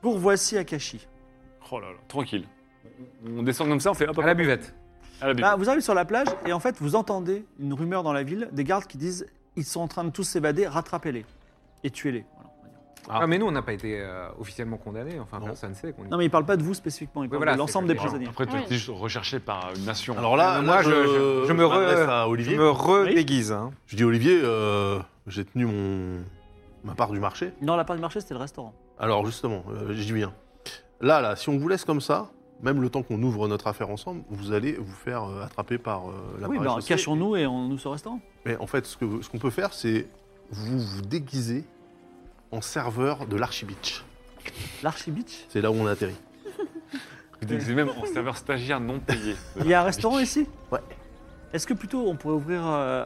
Pour voici Akashi. Oh là là, tranquille. On descend comme ça, on fait hop, hop, À la hop, buvette. à la buvette. Bah, vous arrivez sur la plage et en fait vous entendez une rumeur dans la ville, des gardes qui disent ils sont en train de tous s'évader, rattrapez-les et tuez-les. Voilà, on va dire. Ah, mais nous, on n'a pas été euh, officiellement condamnés. Enfin, Non. personne ne sait qu'on est. Non mais ils parlent pas de vous spécifiquement, ils parlent voilà, de l'ensemble c'est des que les gens- prisonniers. Après, tu Ouais. es juste recherché par une nation. Alors là, Moi, là, je- je- je me re- m'adresse à Je Olivier. me redéguise. Hein. Je dis Olivier, euh, j'ai tenu mon ma part du marché. Non, la part du marché c'était le restaurant. Alors justement, euh, j'y viens. Là, là, si on vous laisse comme ça, même le temps qu'on ouvre notre affaire ensemble, vous allez vous faire euh, attraper par euh, la oui, police. bah, cachons-nous et on nous ce restaurant. Mais en fait, ce que- ce qu'on peut faire, c'est vous vous déguiser en serveur de l'Archibitch. L'Archibitch. C'est là où on atterrit. C'est même en serveur stagiaire non payé. Il y a un restaurant ici Ouais. Est-ce que plutôt on pourrait ouvrir. euh,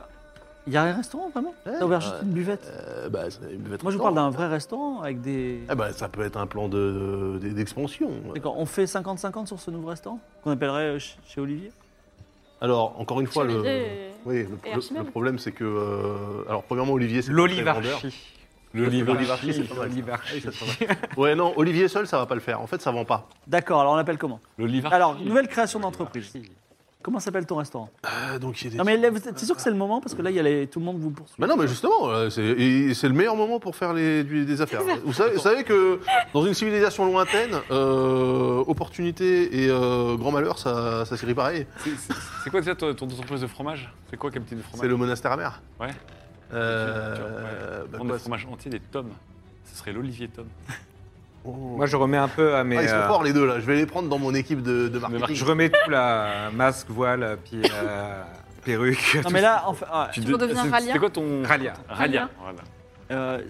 Il y a un restaurant vraiment Ouais, T'as ouvert ouais. juste une buvette Euh, bah, ça- il va être Moi je vous parle temps. d'un vrai restaurant avec des. Eh ben, ça peut être un plan de- de- d'expansion. D'accord, on fait 50-50 sur ce nouveau restaurant qu'on appellerait euh, ch- chez Olivier Alors, encore une fois, le, euh, Olivier et- oui, le, et le- Archibald. le problème, c'est que. euh, alors, premièrement, Olivier, c'est pas très vendeur. L'olivarchie. L'olivarchie, c'est pas mal, ça. Ah oui, L'olivarchie. ça, c'est pas mal. Ouais, non, Olivier seul, ça va pas le faire. En fait, ça vend pas. D'accord, alors on l'appelle comment L'olivar. Alors, nouvelle création d'entreprise. Comment s'appelle ton restaurant Euh, donc, il y a des- Non mais là, vous êtes- c'est sûr que c'est le moment parce que là il y a les- tout le monde vous poursuit. Mais non, mais justement, euh, c'est et c'est le meilleur moment pour faire les, du- des affaires. Vous savez, vous savez que dans une civilisation lointaine, euh, opportunité et euh, grand malheur, ça, ça s'écrit pareil. C'est- C'est c'est quoi déjà ton, ton entreprise de fromage C'est quoi comme type de C'est fromage le monastère amer. Ouais. Euh, bah, Prendre quoi, des fromages entiers, des tomes. Ce serait l'Olivier Tom. oh. Moi, je remets un peu à mes. Ah, ils sont euh, forts les deux là. Je vais les prendre dans mon équipe de, de marketing. Je remets tout la masque, voile, puis euh, perruque. Non mais là, enfin, ah, Tu redeviens c'est- Ralia C'est quoi ton. Ralia. Ralia. Voilà. euh,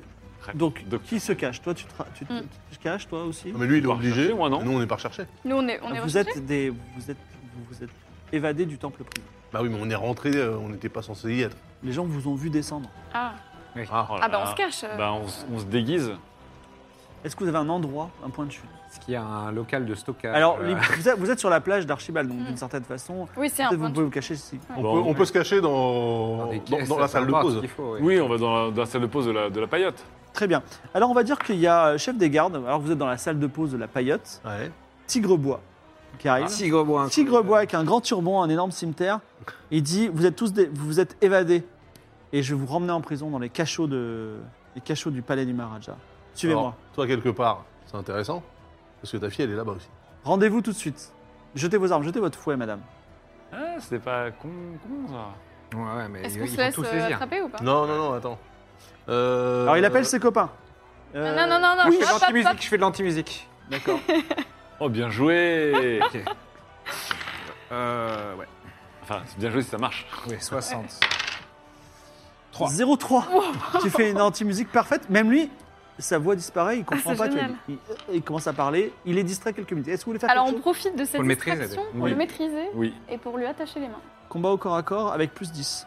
Ra- donc de- qui se cache Toi tu, te ra- tu te- Mm. tu te caches toi aussi Non, mais lui, il est Pas obligé. recherché, moi, non. Mais Nous, on n'est pas recherché. Nous, on est, on est Vous recherchés. êtes des, vous êtes, vous vous êtes évadés du temple privé. Bah oui, mais on est rentré. euh, on n'était pas censé y être. Les gens vous ont vu descendre. Ah, Oh là ah bah on là. se cache. euh. Bah, on, se- on se déguise. Est-ce que vous avez un endroit, un point de chute Est-ce qu'il y a un local de stockage Alors, euh, les- vous êtes- vous êtes sur la plage d'Archibald, donc Mm. d'une certaine façon, Oui, c'est un peut-être point vous de pouvez vous cacher ici. On, Bon, peut, ouais. on peut se cacher dans, des dans- caisses, dans la salle de savoir pause. ce qu'il faut, ouais. Oui, on va dans la, dans la salle de pause de la, de la paillotte. Très bien. Alors, on va dire qu'il y a euh, chef des gardes. Alors, vous êtes dans la salle de pause de la paillotte. Ouais. Tigrebois qui Ah, arrive. Tigre bois. un coup. Tigrebois avec un grand turban, un énorme cimetière. Il dit Vous êtes tous des- vous vous êtes évadés et je vais vous ramener en prison dans les cachots, de, les cachots du palais du Maharaja. Suivez-moi. Alors, Toi, quelque part, c'est intéressant. Parce que ta fille, elle est là-bas aussi. Rendez-vous tout de suite. Jetez vos armes, jetez votre fouet, madame. Ah, c'était pas con, con ça. Ouais, ouais, mais Est-ce ils, qu'on ils se vont laisse tout euh, saisir. attraper ou pas Non, non, non, attends. Euh, Alors, il appelle ses copains. Euh, non, non, non, non, Oui, hop, je fais de hop, hop. l'anti-musique, je fais de l'anti-musique. D'accord. Oh, bien joué Ok. Euh, ouais. Enfin, c'est bien joué si ça marche. Ouais, 60. 3. 03. tu fais une anti-musique parfaite. Même lui, sa voix disparaît, il comprend Ah, c'est pas. tu vois. génial. il, euh, il commence à parler, il est distrait quelques minutes. Est-ce que vous voulez faire Alors on quelque chose profite de cette Faut le maîtriser, distraction d'ailleurs. pour Oui. le maîtriser Oui. et pour lui attacher les mains. Combat au corps à corps avec plus 10.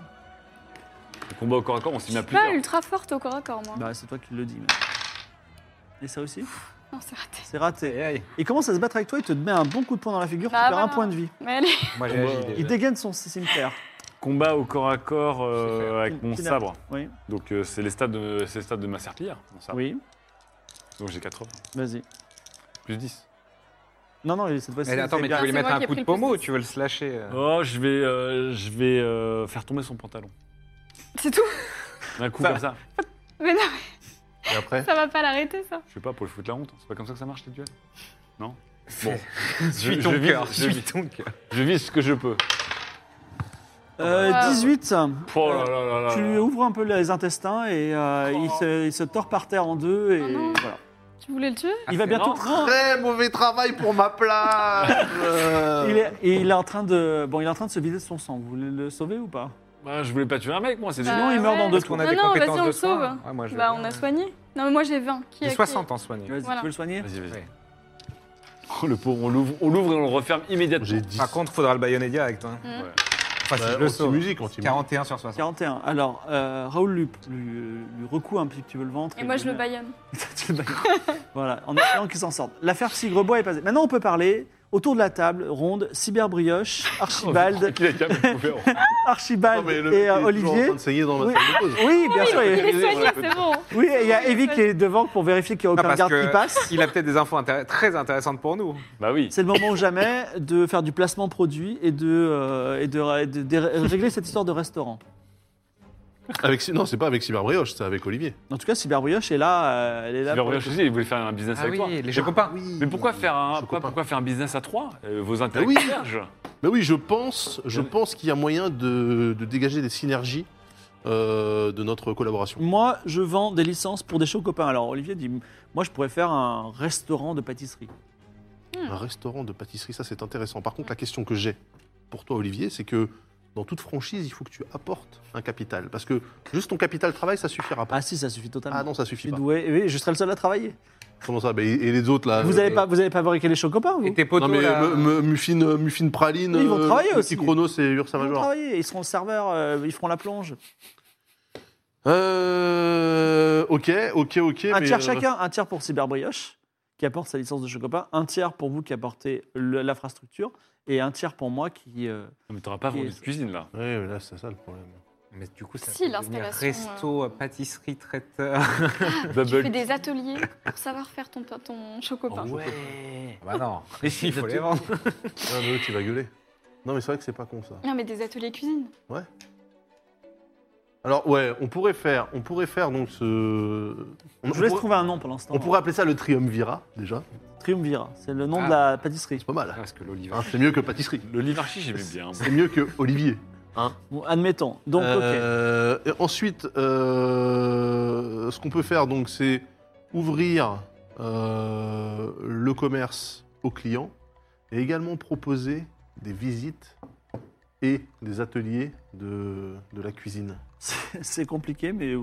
Le combat au corps à corps, on s'y Je met à suis pas plusieurs. ultra forte au corps à corps, moi. Bah, c'est toi qui le dis. mais- Et ça aussi Non, c'est raté. C'est raté. Aïe, aïe. Il commence à se battre avec toi, il te met un bon coup de poing dans la figure, Bah, tu perds un voilà. point de vie. Mais allez, Moi, j'ai Combat- agi Il déjà. dégaine son cimetière. Combat au corps à corps euh, Je sais faire. avec mon Une- une- sabre. Oui, Donc, euh, c'est les stades de, c'est les stades de ma serpillière, mon sabre. oui, Donc, j'ai 80. vas-y. Plus 10. Non, non, cette fois-ci, Mais attends, c'est mais tu bien. veux lui C'est mettre moi un qui ai coup de pris le pommeau ou plus. tu veux le slasher euh Oh, je vais, euh, je vais euh, faire tomber son pantalon. c'est tout. D'un coup, Ça- comme ça. Mais non, Et après ça va pas l'arrêter, ça. Je sais pas, pour le foutre la honte. C'est pas comme ça que ça marche, les duels Non Bon. je- Suis je ton vise- cœur, je suis vise. ton cœur. Je vise ce que je peux. Euh, Wow. 18. Oh là là là là. Tu Euh. lui ouvres un peu les intestins et euh, il, se, il se tord par terre en deux et Oh non. voilà. Tu voulais le tuer Il va c'est bientôt. Très mauvais travail pour ma place Euh. Il est, et il est en train de, bon, il est en train de se vider de son sang. Vous voulez le sauver ou pas Bah, je voulais pas tuer un mec, moi, c'est Bah, Sinon, il meurt dans ouais. deux Est-ce qu'on tours. a Non, des non, compétences vas-y, on de le soins sauve. Ouais, moi, je Bah, veux on bien. a soigné. Non, mais moi j'ai 20. Qui J'ai a- qui- 60 en soigné. Vas-y, Voilà. tu veux le soigner Vas-y, vas-y. Ouais. Oh, le pauvre, on l'ouvre, on l'ouvre et on le referme immédiatement. Ah, J'ai 10. Par contre, faudra le baïonner direct. hein. Hmm. Ouais. Enfin, si Bah, je le sauve. anti-musique, anti-musique. 41 sur 60. 41. Alors, euh, Raoul lui, lui, lui recoue un petit peu le ventre. Et moi je le baïonne. Tu le baïonnes. voilà, en espérant qu'il s'en sorte. L'affaire Sigrebois est passée. Maintenant, on peut parler. Autour de la table ronde, Cyberbrioche, Archibald, Il a quand même couvert. Non, Archibald mais Oh, le mec, il est et euh, toujours en Olivier. train de saigner dans ma Oui. salle de pause. Oui, bien sûr. Il et- est soigné, c'est bon. hein. Oui, et il y a Evie qui est devant pour vérifier qu'il n'y a Ah, aucun parce garde que- qui passe. Il a peut-être des infos intér- très intéressantes pour nous. Bah oui. C'est le moment ou jamais de faire du placement produit et de, euh, et de, et de- de régler cette histoire de restaurant. Avec, non, c'est pas avec Cyberbrioche, c'est avec Olivier. En tout cas, Cyberbrioche est là. euh, elle est là Il va pour- revenir chez lui, il voulait faire un business Ah avec toi. les jeux copains. Mais pourquoi faire un, Je comprends. pourquoi faire un business à trois Euh, Vos intérêts Ah oui. convergent. Mais oui, je pense, je pense qu'il y a moyen de, de dégager des synergies euh, de notre collaboration. Moi, je vends des licences pour des shows copains. Alors, Olivier dit Moi, je pourrais faire un restaurant de pâtisserie. Hmm. Un restaurant de pâtisserie, ça c'est intéressant. Par contre, la question que j'ai pour toi, Olivier, c'est que dans toute franchise, il faut que tu apportes un capital. Parce que juste ton capital travail, ça suffira pas. Ah, si, ça suffit totalement. Ah non, ça je suffit suis pas. doué. Oui, je serai le seul à travailler. Comment ça Bah, et, et les autres là vous euh, n'avez pas, vous avez pas fabriqué les shows copains, vous Et tes potos, Non mais là, euh, me- me- Muffin, euh, Muffin Praline, Ils vont euh, travailler Petit aussi. Chronos et Ursa Ils vont Major. travailler, ils seront serveurs, euh, ils feront la plonge. Euh, ok, ok, ok. un mais, tiers euh, chacun, un tiers pour Cyberbrioche, qui apporte sa licence de show copain, un tiers pour vous qui apportez le- l'infrastructure, et un tiers pour moi qui. euh, Non, Mais t'auras pas vendu de cuisine là. Ouais, mais là c'est ça le problème. Mais du coup, ça Si, peut devenir l'installation, resto, pâtisserie, traiteur. Ah, Tu fais des ateliers pour savoir faire ton, ton chocopin. Ouais. bah non, Et si, il faut les vendre. Ah, mais tu vas gueuler. Non mais c'est vrai que c'est pas con ça. Non, mais des ateliers cuisine. Alors ouais, on pourrait faire, on pourrait faire donc ce. On, Je vous on laisse pourrait- trouver un nom pour l'instant. on pourrait appeler ça le Triumvirat déjà. Triumvira, c'est le nom Ah. de la pâtisserie. C'est pas mal. Parce que l'olivar- Hein, c'est mieux que pâtisserie. l'olivarchie, j'aimais bien. C'est mieux que Olivier. Bon, admettons. Donc, ok. Euh, et Ensuite, euh, ce qu'on peut faire donc c'est ouvrir euh, le commerce aux clients et également proposer des visites et des ateliers de, de la cuisine. C'est- C'est compliqué, mais euh,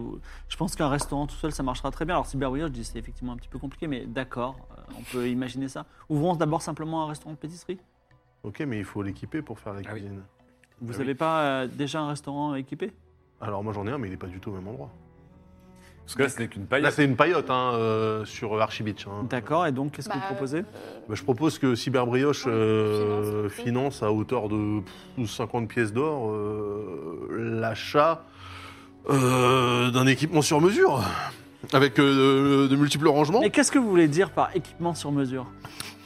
je pense qu'un restaurant tout seul, ça marchera très bien. Alors, Cyberbrioche, je dis c'est effectivement un petit peu compliqué, mais d'accord, euh, on peut imaginer ça. Ouvrons d'abord simplement un restaurant de pâtisserie. Ok, mais il faut l'équiper pour faire la Ah oui. cuisine. Vous Ah n'avez oui. pas euh, déjà un restaurant équipé Alors moi j'en ai un, mais il n'est pas du tout au même endroit. Parce que là, ce n'est qu'une Là paille. c'est une paillote hein, euh, sur Archibitch. hein. D'accord, et donc, qu'est-ce que Bah, vous proposez Bah, je propose que Cyberbrioche euh, Finance. finance à hauteur de pff, 50 pièces d'or euh, l'achat euh, d'un équipement sur mesure, avec euh, de, de multiples rangements. Et qu'est-ce que vous voulez dire par équipement sur mesure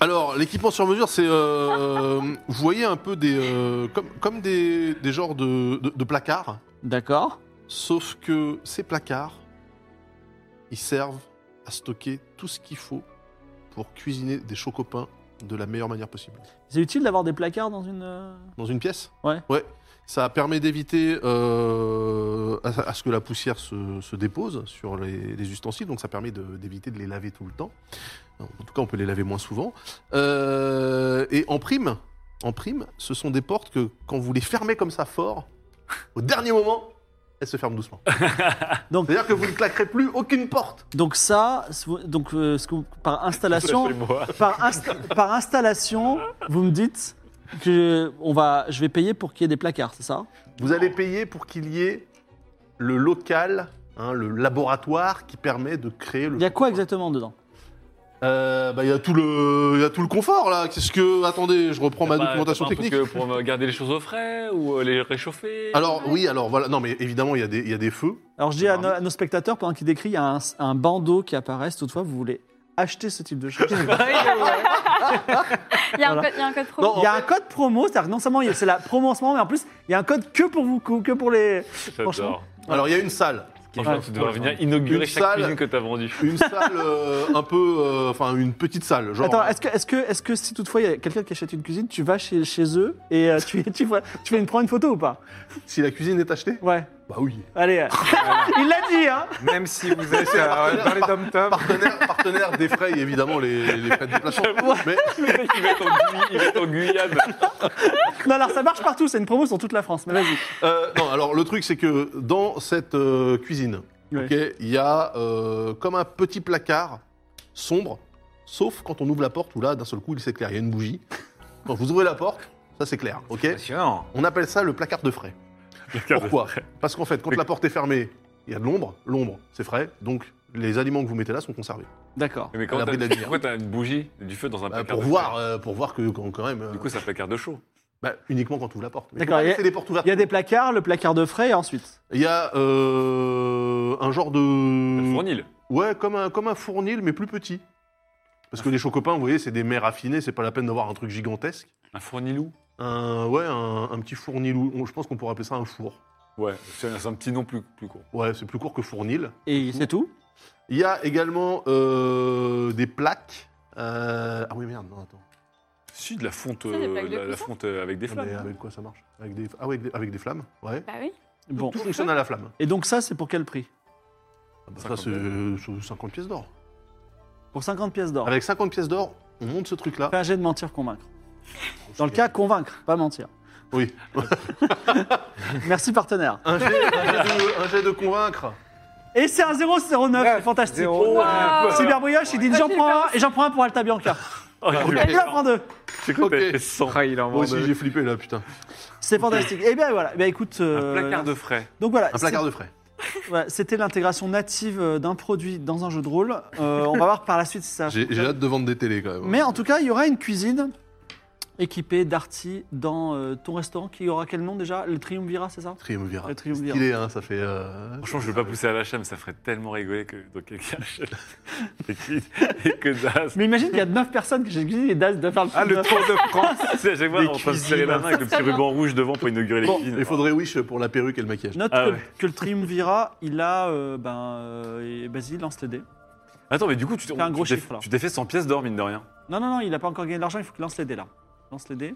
Alors, l'équipement sur mesure, c'est. euh, vous voyez un peu des. euh, comme, comme des, des genres de, de- de placards, D'accord. sauf que ces placards, ils servent à stocker tout ce qu'il faut pour cuisiner des chocopins de la meilleure manière possible. C'est utile d'avoir des placards dans une. euh, Dans une pièce Ouais. Ouais. Ça permet d'éviter euh, à, à ce que la poussière se, se dépose sur les, les ustensiles, donc ça permet de- d'éviter de, les laver tout le temps. En tout cas, on peut les laver moins souvent. Euh, et en prime, en prime, ce sont des portes que quand vous les fermez comme ça fort, au dernier moment, elles se ferment doucement. Donc- C'est-à-dire que vous ne claquerez plus aucune porte. Donc, ça, ce- donc, euh, ce que vous- par installation. Lâchez-moi. par, insta- par installation, vous me dites que on va, je vais payer pour qu'il y ait des placards, c'est ça Vous allez payer pour qu'il y ait le local, hein, le laboratoire qui permet de créer le. Il y a quoi exactement dedans Euh, bah, il y a tout le, il y a tout le confort là. Qu'est-ce que, attendez, je reprends ma T'as pas- documentation t'as pas un truc, technique. euh, Pour me garder les choses au frais ou euh, les réchauffer Alors oui, alors voilà. Non, mais évidemment, il y a des, il y a des feux. Alors je dis à, nos- à nos spectateurs, pendant qu'ils décrivent, il y a un, un bandeau qui apparaît. si Toutefois, vous voulez acheter ce type de choses. Il y a un Voilà. code- il y a un code Il promo. y a un code promo, c'est-à-dire que non seulement il y a- c'est la promo en ce moment, mais en plus il y a un code que pour vous, que pour les. franchement. J'adore. Alors il y a une salle, Franchement, tu devrais venir inaugurer Une chaque salle. cuisine que t'as vendue. une salle euh, un peu, euh, enfin une petite salle. Genre, Attends, est-ce que, est-ce que, est-ce que si toutefois il y a quelqu'un qui achète une cuisine, tu vas chez, chez eux et euh, tu, tu, vois- tu fais une, prends une photo ou pas si la cuisine est achetée, Ouais. Bah oui. Allez, il l'a dit, hein Même si vous êtes euh, dans les dom-toms, Partenaire, partenaire défraye évidemment les, les frais de déplacement. Mais Le mec, il va être en Gui- il va être en Guyane. Non, alors ça marche partout, c'est une promo sur toute la France, mais vas-y. euh, non, alors le truc c'est que dans cette euh, cuisine, Ouais. ok, il y a euh, comme un petit placard sombre, sauf quand on ouvre la porte où là d'un seul coup il s'éclaire. Il y a une bougie. Quand vous ouvrez la porte, ça s'éclaire. Ok. passionnant. On appelle ça le placard de frais. Ah, bah, Pourquoi Parce qu'en fait, quand la porte est fermée, il y a de l'ombre. L'ombre, c'est frais, donc les aliments que vous mettez là sont conservés. D'accord. Mais comment À l'abri de t'as- la lumière. pourquoi t'as une bougie et du feu dans un Bah, placard pour de voir, euh, pour voir que quand, quand même. feu euh, Du coup, ça fait quart de chaud. bah, uniquement quand on ouvre la porte. Mais D'accord, faut pas il y a- laisser les portes ouvertes. Il y a des placards, le placard de frais, et ensuite. Il y a euh, un genre Le de. Fournil. Ouais, comme un, comme un fournil, mais plus petit. Parce que les chocopins, vous voyez, c'est des mers affinées, c'est pas la peine d'avoir un truc gigantesque. Un fournilou Un, ouais, un, un petit fournil, ou- on- je pense qu'on pourrait appeler ça un four. Ouais, c'est un c'est un petit nom plus, plus court. Ouais, c'est plus court que fournil. Et c'est tout Il y a également euh, des plaques. euh, Ah oui, merde, non, attends. Ah, Si, de la fonte, Ça, des euh, plaques de la, la cuisson fonte euh, avec des Mais flammes. avec quoi ça marche avec des... Ah oui, avec des, avec des flammes, ouais. Bah oui. Bon. Tout fonctionne à la flamme. Et donc ça, c'est pour quel prix Ah bah, ça, c'est euh, c'est 50 pièces d'or. Pour 50 pièces d'or. Avec 50 pièces d'or, on monte ce truc-là. Fais un jet de mentir, convaincre. Dans le cas, convaincre, pas mentir. Oui. Merci, partenaire. Un jet, un Ah. jet de, un jet de convaincre. Et c'est un 009, c'est fantastique. Zéro, neuf. C'est bien bouillant, il dit j'en prends un et j'en prends un pour Alta Bianca. Oh, j'ai Et lui en prend deux. C'est quoi fait cent. Ah, il est en Moi aussi, bah, vendeur. j'ai flippé là, putain. C'est fantastique. Et bien voilà, Eh bien, écoute. Un euh, placard de frais. Donc voilà, Un placard de frais. c'est- voilà, c'était l'intégration native euh, d'un produit dans un jeu de rôle. Euh, on va voir par la suite si ça. J'ai j'ai hâte de vendre des télés quand même. Mais en tout cas, il y aura une cuisine équipée d'arty dans euh, ton restaurant qui aura quel nom déjà Le Triumvirat, c'est ça Triumvirat. Le Triumvirat. Il est, hein, ça fait. euh, Franchement, je veux pas pousser à l'achat, mais ça ferait tellement rigoler que dans quelqu'un achète. Et qui- et que Zaz. Mais imagine qu'il y a 9 personnes qui j'ai cuisiné et Daz doit faire le Ah, truc le de- Tour de France C'est à chaque fois Des en train de se serrer la main avec le petit cuisines. ruban rouge devant pour inaugurer les Bon, cuisines. il faudrait Wish pour la perruque et le maquillage. Note Ah que, ouais. que le Triumvirat, il a. euh, ben, euh, et- vas-y, lance les dés. Attends, mais du coup, tu t'es Fais un gros tu t'es- chiffre, là. tu t'es fait 100 pièces d'or, mine de rien. Non, non, non, il n'a pas encore gagné de l'argent, il faut qu'il lance les dés là. Lance les dés.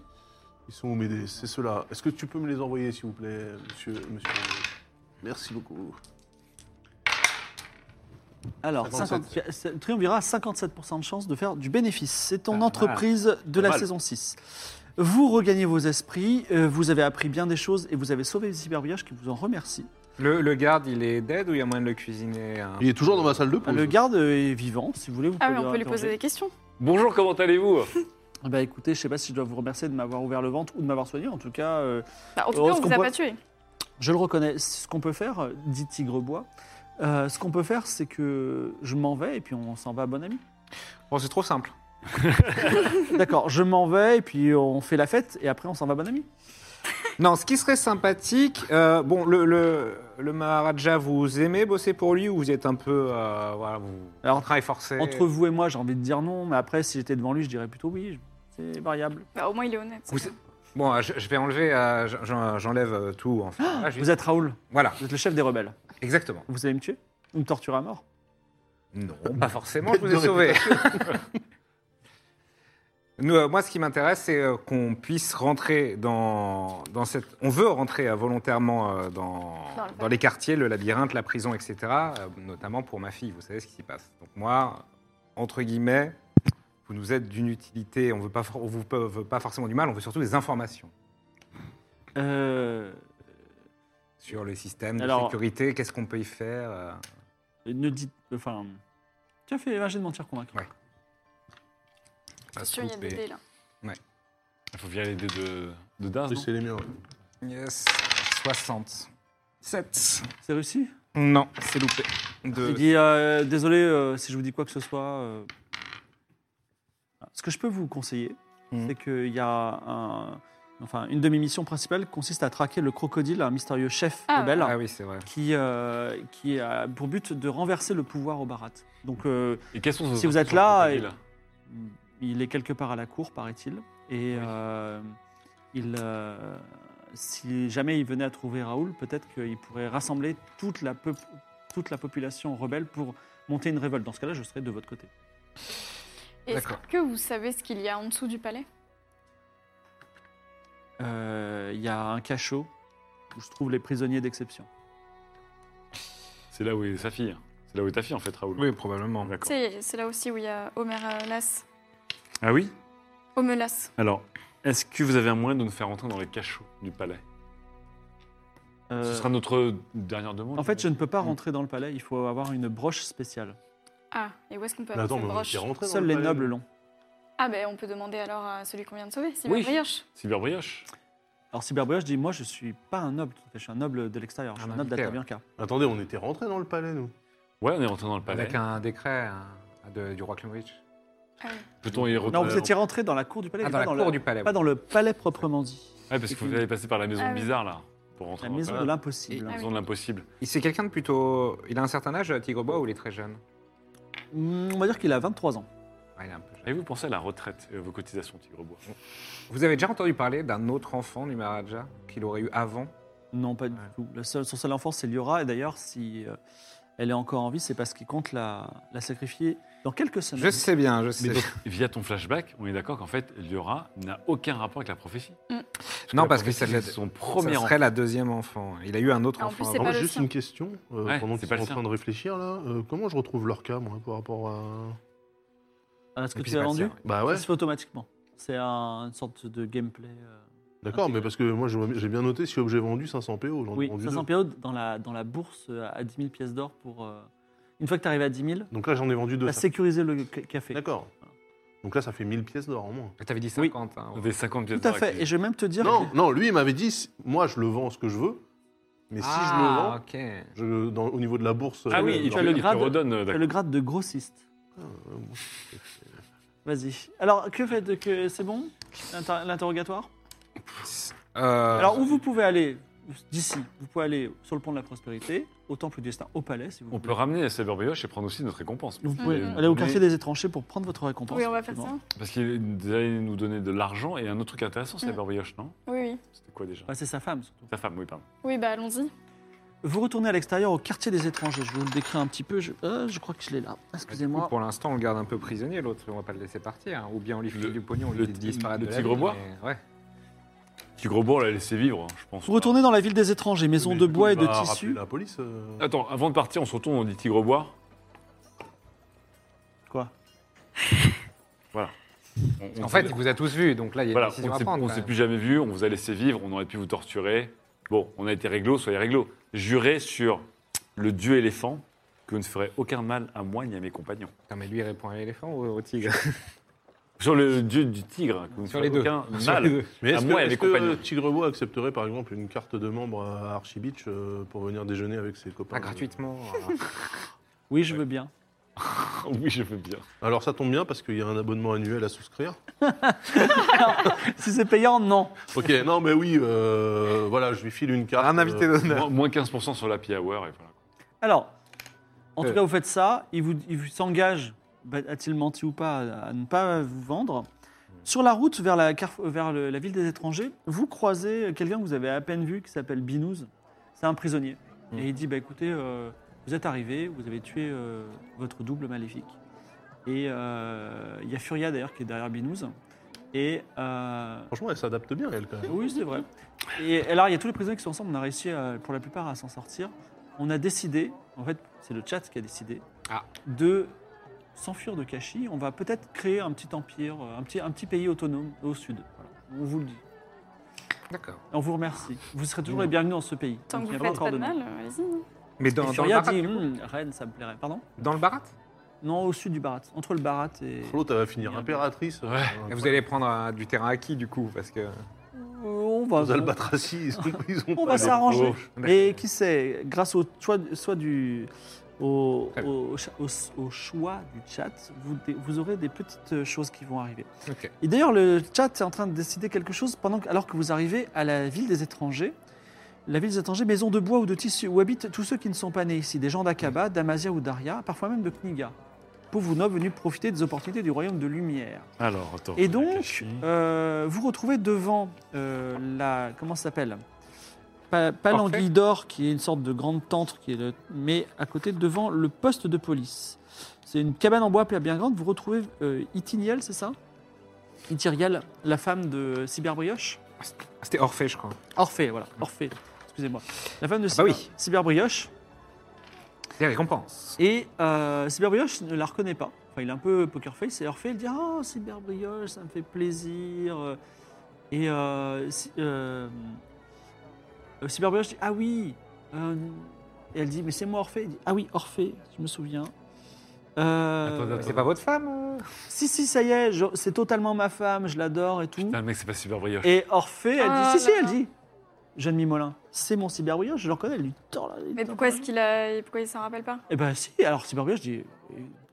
Ils sont où mes dés C'est ceux-là. Est-ce que tu peux me les envoyer, s'il vous plaît, monsieur, monsieur... Merci beaucoup. Alors, 57. 50 c'est- le Triumvirat a 57% de chance de faire du bénéfice. C'est ton Pas mal. entreprise de Pas la Ah, mal. saison 6. Vous regagnez vos esprits, euh, vous avez appris bien des choses et vous avez sauvé Cyberbrioche qui vous en remercie. Le, le garde, il est dead ou il y a moyen de le cuisiner hein Il est toujours dans ma salle de pause. Le garde est vivant, si vous voulez, vous Ah pouvez oui, on peut lui l'interroger. poser des questions. Bonjour, comment allez-vous Eh ben, écoutez, je ne sais pas si je dois vous remercier de m'avoir ouvert le ventre ou de m'avoir soigné. En tout cas, euh, Bah, en tout Oh, cas, est-ce on vous qu'on a peut- pas tué. Je le reconnais. Ce qu'on peut faire, euh, dit Tigrebois, euh, ce qu'on peut faire, c'est que je m'en vais et puis on s'en va, bon ami. Bon, c'est trop simple. D'accord, je m'en vais et puis on fait la fête et après on s'en va, bon ami. Non, ce qui serait sympathique, euh, bon, le, le, le Maharaja, vous aimez bosser pour lui ou vous êtes un peu. euh, voilà, vous. Alors, en travail forcé. Entre vous et moi, j'ai envie de dire non, mais après, si j'étais devant lui, je dirais plutôt oui. je- C'est variable. Bah, au moins, il est honnête. c'est Vous- bien. Bon, euh, je, je vais enlever. euh, j'en- j'en- J'enlève euh, tout, en fait. Ah, je- Vous êtes Raoul, Voilà, vous êtes le chef des rebelles. exactement. Vous allez me tuer Ou me torturer à mort Non, pas forcément, je vous De ai sauvé. Nous, euh, moi, ce qui m'intéresse, c'est euh, qu'on puisse rentrer dans, dans cette. On veut rentrer euh, volontairement euh, dans, Dans dans, le les quartiers, le labyrinthe, la prison, etc. euh, notamment pour ma fille, vous savez ce qui s'y passe. Donc, moi, entre guillemets, vous nous êtes d'une utilité, on ne veut pas for- on vous peut- veut pas forcément du mal, on veut surtout des informations Euh, sur le système de Alors- sécurité, qu'est-ce qu'on peut y faire. euh. Ne dites. Enfin. Tu as fait un jet de mentir convaincre. Ouais. C'est sûr, il y a des dés là. Il faut bien l'aider de, de Daz. Oui, non C'est les miens. ouais. Yes, 60. 7. C'est réussi Non, c'est loupé. De- Il dit euh, désolé euh, si je vous dis quoi que ce soit. euh. Ce que je peux vous conseiller, Mhm. c'est qu'il y a un- enfin, une de mes missions principales consiste à traquer le crocodile, un mystérieux chef Ah, rebelle Ah oui, c'est vrai. qui, euh, qui a pour but de renverser le pouvoir au Barat. Donc euh, Et quels sont vos Si vous êtes intentions, là, crocodile il est quelque part à la cour, paraît-il, et euh, il. euh, si jamais il venait à trouver Raoul, peut-être qu'il pourrait rassembler toute la, peu- toute la population rebelle pour monter une révolte. Dans ce cas-là, je serais de votre côté. Est-ce D'accord. que vous savez ce qu'il y a en dessous du palais Euh, Il y a un cachot où se trouvent les prisonniers d'exception. C'est là où est sa fille. C'est là où est ta fille, en fait, Raoul. Oui, probablement. Tu D'accord. sais, c'est là aussi où il y a Homer euh, Las. Ah oui Homelas. Alors, est-ce que vous avez un moyen de nous faire entrer dans les cachots du palais Euh, Ce sera notre dernière demande. En fait, je ne peux pas rentrer dans le palais, il faut avoir une broche spéciale. Ah, et où est-ce qu'on peut Mais attends, avoir cette mais on est broche rentré dans Seuls le les palais. nobles l'ont. Ah, ben on peut demander alors à celui qu'on vient de sauver, Sylvain Oui. Brioche. Cyberbrioche. Alors Cyberbrioche dit, moi je suis pas un noble, tout à fait, je suis un noble de l'extérieur, je suis Un un noble invité, d'Atabianca. Attendez, on était rentré dans le palais, nous. Ouais, on est rentré dans le palais. Avec un décret hein, de- du roi Clonrich. Ah oui. Peut-on y Non, retourner vous étiez rentré dans la cour du palais, Ah, mais dans pas, la dans cour le, du palais. pas dans le palais proprement dit. Ouais, parce que vous allez passer par la maison Ah oui. bizarre, là, pour rentrer La dans maison le de palais. l'impossible. Ah La oui. maison de l'impossible. Il- C'est quelqu'un de plutôt. Il a un certain âge, Tigre Bois, ou il est très jeune Hmm, On va dire qu'il a 23 ans. Ah, il est un peu jeune. Avez-vous pensé à la retraite et à vos cotisations, Tigrebois Vous avez déjà entendu parler d'un autre enfant du Maharaja qu'il aurait eu avant Non, pas du Ouais. tout. Le seul- son seul enfant, c'est Liora. Et d'ailleurs, si euh, elle est encore en vie, c'est parce qu'il compte la, la sacrifier dans quelques semaines. Je sais bien, je sais. Mais donc, via ton flashback, on est d'accord qu'en fait, Liora n'a aucun rapport avec la prophétie. non, la parce que prophétie, c'est le- son ça premier serait la deuxième enfant. Il a eu un autre Ah, en enfant plus, c'est avant. Alors, pas moi, le juste sien. une question, euh, Ouais, pendant c'est qu'ils pas le sont en sien. train de réfléchir, là. euh, comment je retrouve leur cas, moi, par rapport à. Ah, Est-ce que Et puis, tu l'as bah, vendu tiens, Bah ouais, Ça se fait automatiquement. C'est un- une sorte de gameplay. euh, d'accord, mais parce que moi, je- j'ai bien noté, si objet vendu, 500 PO. j'en ai Oui, vendu 500 PO deux. dans la, dans la bourse euh, à 10 000 pièces d'or pour. euh, une fois que tu arrives à 10 000, Donc là, j'en ai vendu tu 2. as sécurisé le ca- café. D'accord. Donc là, ça fait 1000 pièces d'or en moins. T'avais dit Oui. 50. hein, Des 50 pièces Tout à d'or fait. actives. Et je vais même te dire. Non, que- non, lui, il m'avait dit, si- moi, je le vends ce que je veux, mais si je le vends, ah, je le ok. je- dans- au niveau de la bourse. Ah euh, oui, il leur- te, le, il te grade- redonne. euh, tu as d'accord. le grade de grossiste. Vas-y. Alors, que faites que C'est bon L'inter- L'interrogatoire Euh, Alors, où vous pouvez aller d'ici Vous pouvez aller sur le pont de la prospérité, au temple du destin, au palais, si vous On peut voulez. ramener Cyberbrioche et prendre aussi notre récompense. Vous pouvez Mhm. aller au Mais- quartier des étrangers pour prendre votre récompense. Ah Oui, on va faire ça. effectivement. Parce qu'il vous allez nous donner de l'argent et un autre truc intéressant, Cyberbrioche, non Oui, oui. C'était quoi déjà Bah, c'est sa femme, surtout. Sa femme, oui, pardon. Oui, bah allons-y. Vous retournez à l'extérieur, au quartier des étrangers. Je vous le décris un petit peu. Je, euh, je crois que je l'ai là. bah, du coup, Excusez-moi. pour l'instant, on le garde un peu prisonnier, l'autre. On va pas le laisser partir. hein. Ou bien on lui Le- file du pognon, on le lui dit de petit- disparaître le de la petit vie, Grosbois mais- Ouais. Petit gros on l'a laissé vivre, hein, je pense. Vous retournez dans la ville des étrangers, maison Mais de du coup, bois et il de va rappeler tissu. La police. euh, Attends, avant de partir, on se retourne, on dit Tigrebois. Quoi En fait, il vous a tous vu, donc là, il y a voilà, une décision on à s'est- prendre. on quand s'est même. plus jamais vu, on vous a laissé vivre, on aurait pu vous torturer. Bon, on a été réglo, soyez réglo. Jurez sur le dieu éléphant que vous ne ferez aucun mal à moi ni à mes compagnons. Putain, mais lui, il répond à l'éléphant ou au tigre Sur le dieu du tigre, que vous ne Sur ferez les deux. aucun Sur mal. les deux. Mais À est-ce que, moi et est-ce mes que, compagnons. euh, Tigrebois accepterait par exemple une carte de membre à Archie Beach euh, pour venir déjeuner avec ses copains euh Pas gratuitement. Oui, je veux bien. Oui, je veux bien. Alors ça tombe bien parce qu'il y a un abonnement annuel à souscrire. si c'est payant, non. ok, non mais oui, euh, voilà, je lui file une carte. Un invité euh, d'honneur. Moins, moins 15% sur la happy hour. Et voilà. Alors, en Euh. tout cas, vous faites ça. Il vous, il vous s'engage, bah, a-t-il menti ou pas, à- à ne pas vous vendre. Sur la route vers la, carf- vers le- la ville des étrangers, vous croisez quelqu'un que vous avez à peine vu qui s'appelle Binouz. C'est un prisonnier. Mm. Et il dit bah, écoutez, euh, vous êtes arrivé, vous avez tué euh, votre double maléfique. Et euh, il y a Furia d'ailleurs qui est derrière Binouz. Et euh, Franchement, elle s'adapte bien, elle quand même. oui, c'est vrai. Et alors, il y a tous les prisonniers qui sont ensemble. On a réussi, à- pour la plupart, à s'en sortir. On a décidé, en fait, c'est le chat qui a décidé, Ah. de s'enfuir de Kashi. On va peut-être créer un petit empire, euh, un petit, un petit pays autonome au sud. Voilà. On vous le dit. D'accord. Et On vous remercie. Vous serez toujours les bienvenus dans ce pays. Tant Donc, que il vous n'y a faites pas de nom. mal, euh, allez-y. Mais Et dans, dans le Furia barat, dit, du coup Hum, Rennes, ça me plairait. Pardon Dans le barat Non, au sud du Barat. Entre le Barat et... L'autre, elle va finir impératrice. Ouais. Et Vous allez prendre euh, du terrain acquis, du coup, parce que... On va... Aux Albatraci, ils ont, ils ont On pas va les- s'arranger. Oh, Et qui sait, grâce au choix, soit du, au, Très bien. au- au- au choix du chat, vous, dé- vous aurez des petites euh, choses qui vont arriver. Ok. Et d'ailleurs, le chat est en train de décider quelque chose pendant, que- alors que vous arrivez à la ville des étrangers. La ville des étrangers, maison de bois ou de tissu, où habitent tous ceux qui ne sont pas nés ici, des gens d'Akaba, d'Amazia ou d'Aria, parfois même de Kniga. Pour vous nobles venus profiter des opportunités du royaume de lumière. Alors, attends. Et donc, euh, vous retrouvez devant euh, la. Comment ça s'appelle Pas, pas Parfait. l'anguille d'or, qui est une sorte de grande tente, qui est le- mais à côté, devant le poste de police. C'est une cabane en bois pla- bien grande. Vous retrouvez euh, Itiniel, c'est ça Itiriel, la femme de Cyberbrioche C'était Orphée, je crois. Orphée, voilà, Orphée, excusez-moi. La femme de Ah bah Cyber- oui. Cyberbrioche les récompenses. Et euh, Cyberbrioche ne la reconnaît pas. Enfin, il est un peu poker face. Et Orphée, il dit Ah, Cyberbrioche, ça me fait plaisir. Et euh, Cy- euh, euh, Cyberbrioche dit Ah oui. euh, et elle dit Mais c'est moi, Orphée. Il dit Ah oui, Orphée, je me souviens. Euh, Attends, attends. C'est pas votre femme euh Si, si, ça y est, je- c'est totalement ma femme, je l'adore et tout. Putain, le mec, c'est pas super brioche. Et Orphée, elle Ah dit Si, si, là elle là. dit Jeanne Mimolin, c'est mon cyberbrioche, je le reconnais, elle lui tord la. Mais pourquoi est-ce qu'il a... pourquoi il s'en rappelle pas Eh ben si, alors cyberbrioche dit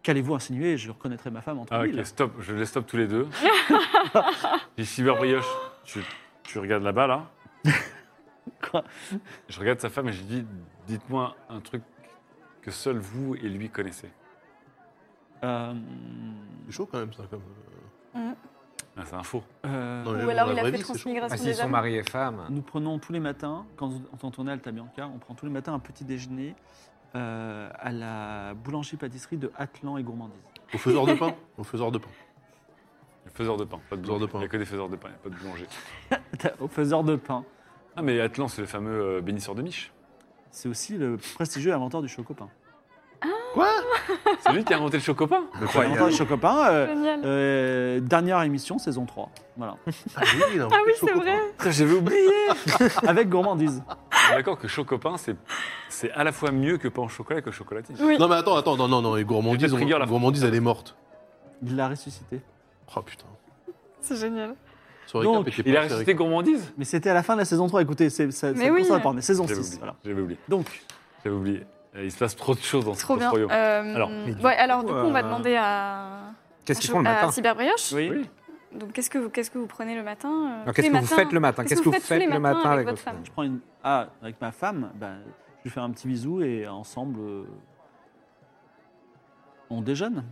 Qu'allez-vous insinuer Je reconnaîtrai ma femme entre Ah, mille. ok, stop, je les stoppe tous les deux. J'ai cyber brioche. Tu, tu regardes là-bas, là Quoi Je regarde sa femme et je lui dis Dites-moi un truc que seul vous et lui connaissez. Euh, C'est chaud quand même, ça. Comme... euh, Ah, c'est un faux. euh, Non, mais Ou dans alors la il a vraie fait vie, c'est chaud. transmigration Ah, s'ils des sont âmes. mari et femme. Nous prenons tous les matins, quand en on est à Altabianca, on prend tous les matins un petit déjeuner euh, à la boulangerie-pâtisserie de Atlan et Gourmandise. Au faiseur de pain. Au faiseur de pain. Le faiseur de pain, pas de boulanger. Faiseur de pain. Il n'y a que des faiseurs de pain, il n'y a pas de boulanger. Au faiseur de pain. Ah, mais Atlan, c'est le fameux euh, bénisseur de miche. C'est aussi le prestigieux inventeur du chocopin. Quoi C'est lui qui a inventé le chocopin. L'inventeur du chocopin, euh, Génial. euh, dernière émission, saison 3. Voilà. Ah oui, il a un Ah oui, peu de c'est chocolat. vrai. J'avais oublié. Avec gourmandise. On est D'accord que chocopin, c'est c'est à la fois mieux que pain au chocolat et que chocolatine. Oui. Non, mais attends, attends, non, non, non. Et J'ai gourmandise, pas de on- rigueur, là. gourmandise, elle est morte. Il l'a ressuscité. Oh putain. C'est génial. Ce Donc, récap était pas Il a assez ressuscité gourmandise Mais c'était à la fin de la saison 3. Écoutez, c'est ça, Mais ça- oui. ça va pas, on est saison J'avais 6. oublié. Voilà. J'avais oublié. Donc, J'avais oublié. Euh, Il se passe trop de choses dans ce Trop dans ce bien. royaume. Euh, Alors, ouais, alors du coup, on va euh, demander à, Qu'est-ce qu'ils font le à matin Cyberbrioche. oui. Oui. Donc qu'est-ce que vous qu'est-ce que vous prenez le matin euh, Alors, tous Qu'est-ce les que vous matins faites le matin Qu'est-ce que vous tous les faites le matins matin avec votre femme femme je prends une. Ah, avec ma femme, ben, je lui fais un petit bisou et ensemble, euh, on déjeune.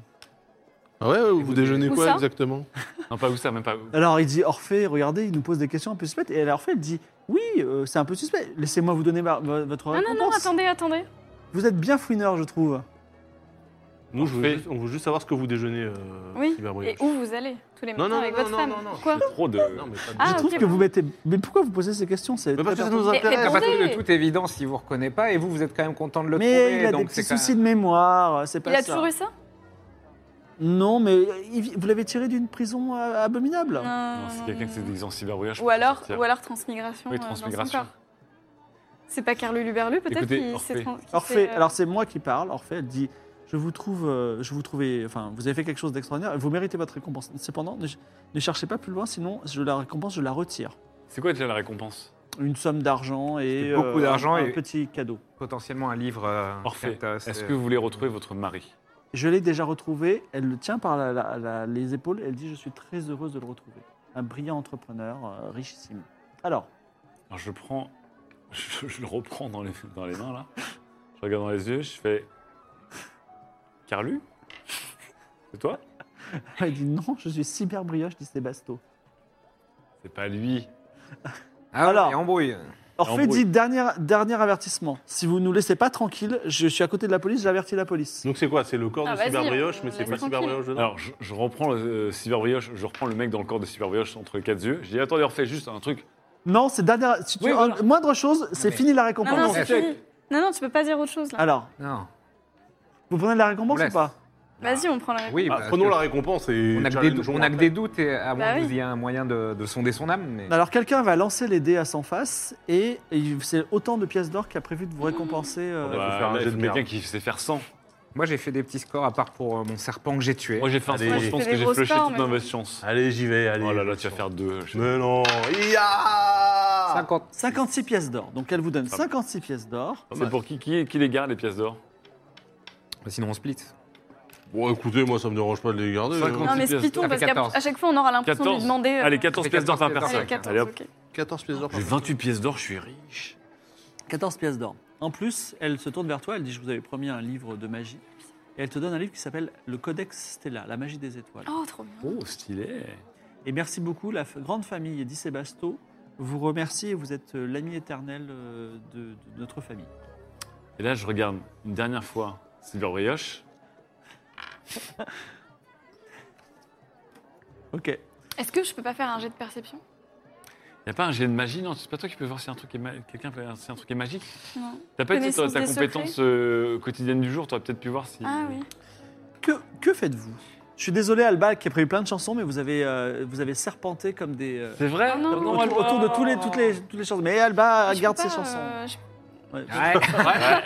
Ah ouais, ouais, vous déjeunez Où quoi ça exactement Non, pas où ça, même pas. Alors il dit Orphée, regardez, il nous pose des questions un peu suspectes. Et Orphée elle dit Oui, euh, c'est un peu suspect. Laissez-moi vous donner ma- vo- votre Non, non, réponse. non, attendez, attendez. Vous êtes bien fouineur, je trouve. Nous, je veux Parfait. juste- on veut juste savoir ce que vous déjeunez, euh, Oui. Cyberbrioche. Et où vous allez tous les matins avec votre femme Quoi C'est trop de. Non, mais pas de- Ah, je trouve ok, que vous pardon. mettez. Mais pourquoi vous posez ces questions C'est Mais parce très que ça pertinent. nous Mais- mais intéresse. Bah, Parce que Attendez. de toute évidence, il vous reconnaît pas et vous, vous êtes quand même content de le trouver. Mais il a des donc petits c'est quand soucis même- de mémoire, c'est pas Il a ça. toujours eu ça Non, mais il- vous l'avez tiré d'une prison euh, abominable. Non, c'est quelqu'un qui s'est déguisé en cybervoyage. Ah, Ou alors, ou alors transmigration, Oui, euh, dans son transmigration. corps. C'est pas Carlu Luberlu peut-être Écoutez, qui Orphée. s'est trans- qui Orphée, s'est, euh, alors c'est moi qui parle. Orphée, elle dit Je vous trouve, euh, je vous trouvais, enfin, vous avez fait quelque chose d'extraordinaire. Vous méritez votre récompense. Cependant, ne, ne cherchez pas plus loin, sinon je la récompense, je la retire. C'est quoi déjà la récompense Une somme d'argent et euh, C'était beaucoup d'argent un et- petit cadeau. Potentiellement un livre. euh, Orphée, Kentos, est-ce euh, que vous voulez retrouver votre mari Je l'ai déjà retrouvé. Elle le tient par la- la- la- les épaules. Elle dit Je suis très heureuse de le retrouver. Un brillant entrepreneur, euh, richissime. Alors, Alors je prends. Je, je le reprends dans les, dans les mains là. Je regarde dans les yeux, je fais. Carlu C'est toi elle dit Non, je suis cyber brioche, dit Sébasto. C'est pas lui. Ah, Alors. alors, embrouille. Orphée Embrouille. dit dernier, dernier avertissement. Si vous ne nous laissez pas tranquille, je suis à côté de la police, j'avertis la police. Donc c'est quoi C'est le corps Ah, de vas-y, Cyberbrioche, on- mais on c'est laisse pas tranquille. Cyberbrioche dedans Alors je, je reprends le euh, cyberbrioche, je reprends le mec dans le corps de cyberbrioche entre les quatre yeux. Je dis attendez, on refait juste un truc. Non, c'est dernière. Si tu Oui, veux voilà. un- moindre chose, c'est mais- fini la Non, récompense. non, Orphée. c'est fini. Non, non, tu peux pas dire autre chose là. Alors, Non. vous prenez la récompense On ou laisse. pas Vas-y, on prend la Oui, Ah, parce Prenons que la récompense et On n'a que, des, challengeons on a que après. des doutes, et à moins Bah que oui. vous ayez un moyen de, de sonder son âme. Mais... Bah. Alors, quelqu'un va lancer les dés à 100 faces et, et c'est autant de pièces d'or qu'a prévu de vous récompenser. euh, Ouais. Bah, je vais faire un là, jet il de faut merde. quelqu'un qui sait faire 100. Moi, j'ai fait des petits scores, à part pour euh, mon serpent que j'ai tué. Moi j'ai fait un Allez, 100, je j'ai pense fait que des j'ai grosses flushé parts, toute ma mais- mauvaise chance. Allez, j'y vais, allez. Oh là là, tu vas faire deux. je- Mais non Ia 50. 56 pièces d'or. Donc, elle vous donne Pas 56 pièces d'or. C'est pour qui, qui, qui les garde les pièces d'or Bah, Sinon, on split. Bon, écoutez, moi, ça me dérange pas de les garder. Cinquante. hein. Non, mais pièces splittons d'or. parce Ça fait qu'à 14. à chaque fois on aura l'impression de lui 14. demander. euh, Allez, 14 pièces d'or par pièces d'or. personne. Allez, cinq. 14, Allez, hop. ok. 14 pièces d'or. J'ai 28 pièces d'or, je suis riche. 14 pièces d'or. En plus, elle se tourne vers toi, elle dit Je vous avais promis un livre de magie. Et elle te donne un livre qui s'appelle Le Codex Stella, la magie des étoiles. Oh, trop bien. Oh, stylé. Et merci beaucoup, la f- grande famille dit Sébasto vous remercie et vous êtes euh, l'ami éternel euh, de, de notre famille. Et là, je regarde une dernière fois Silver Brioche. Ok. Est-ce que je peux pas faire un jet de perception Y a pas un jet de magie, non C'est pas toi qui peux voir si un truc est, ma- quelqu'un peut- si un truc est magique Non. T'as pas été ta, Connaissance ta des compétence euh, quotidienne du jour, t'aurais peut-être pu voir si. Ah oui. Que, que faites-vous Je suis désolé, Alba, qui a prévu plein de chansons, mais vous avez, euh, vous avez serpenté comme des. euh, C'est vrai Ah non, non, euh, autour, autour de tous les, toutes, les, toutes les chansons. Mais Alba Je Ah, garde peux ses pas, chansons. euh, je Ouais. Ouais.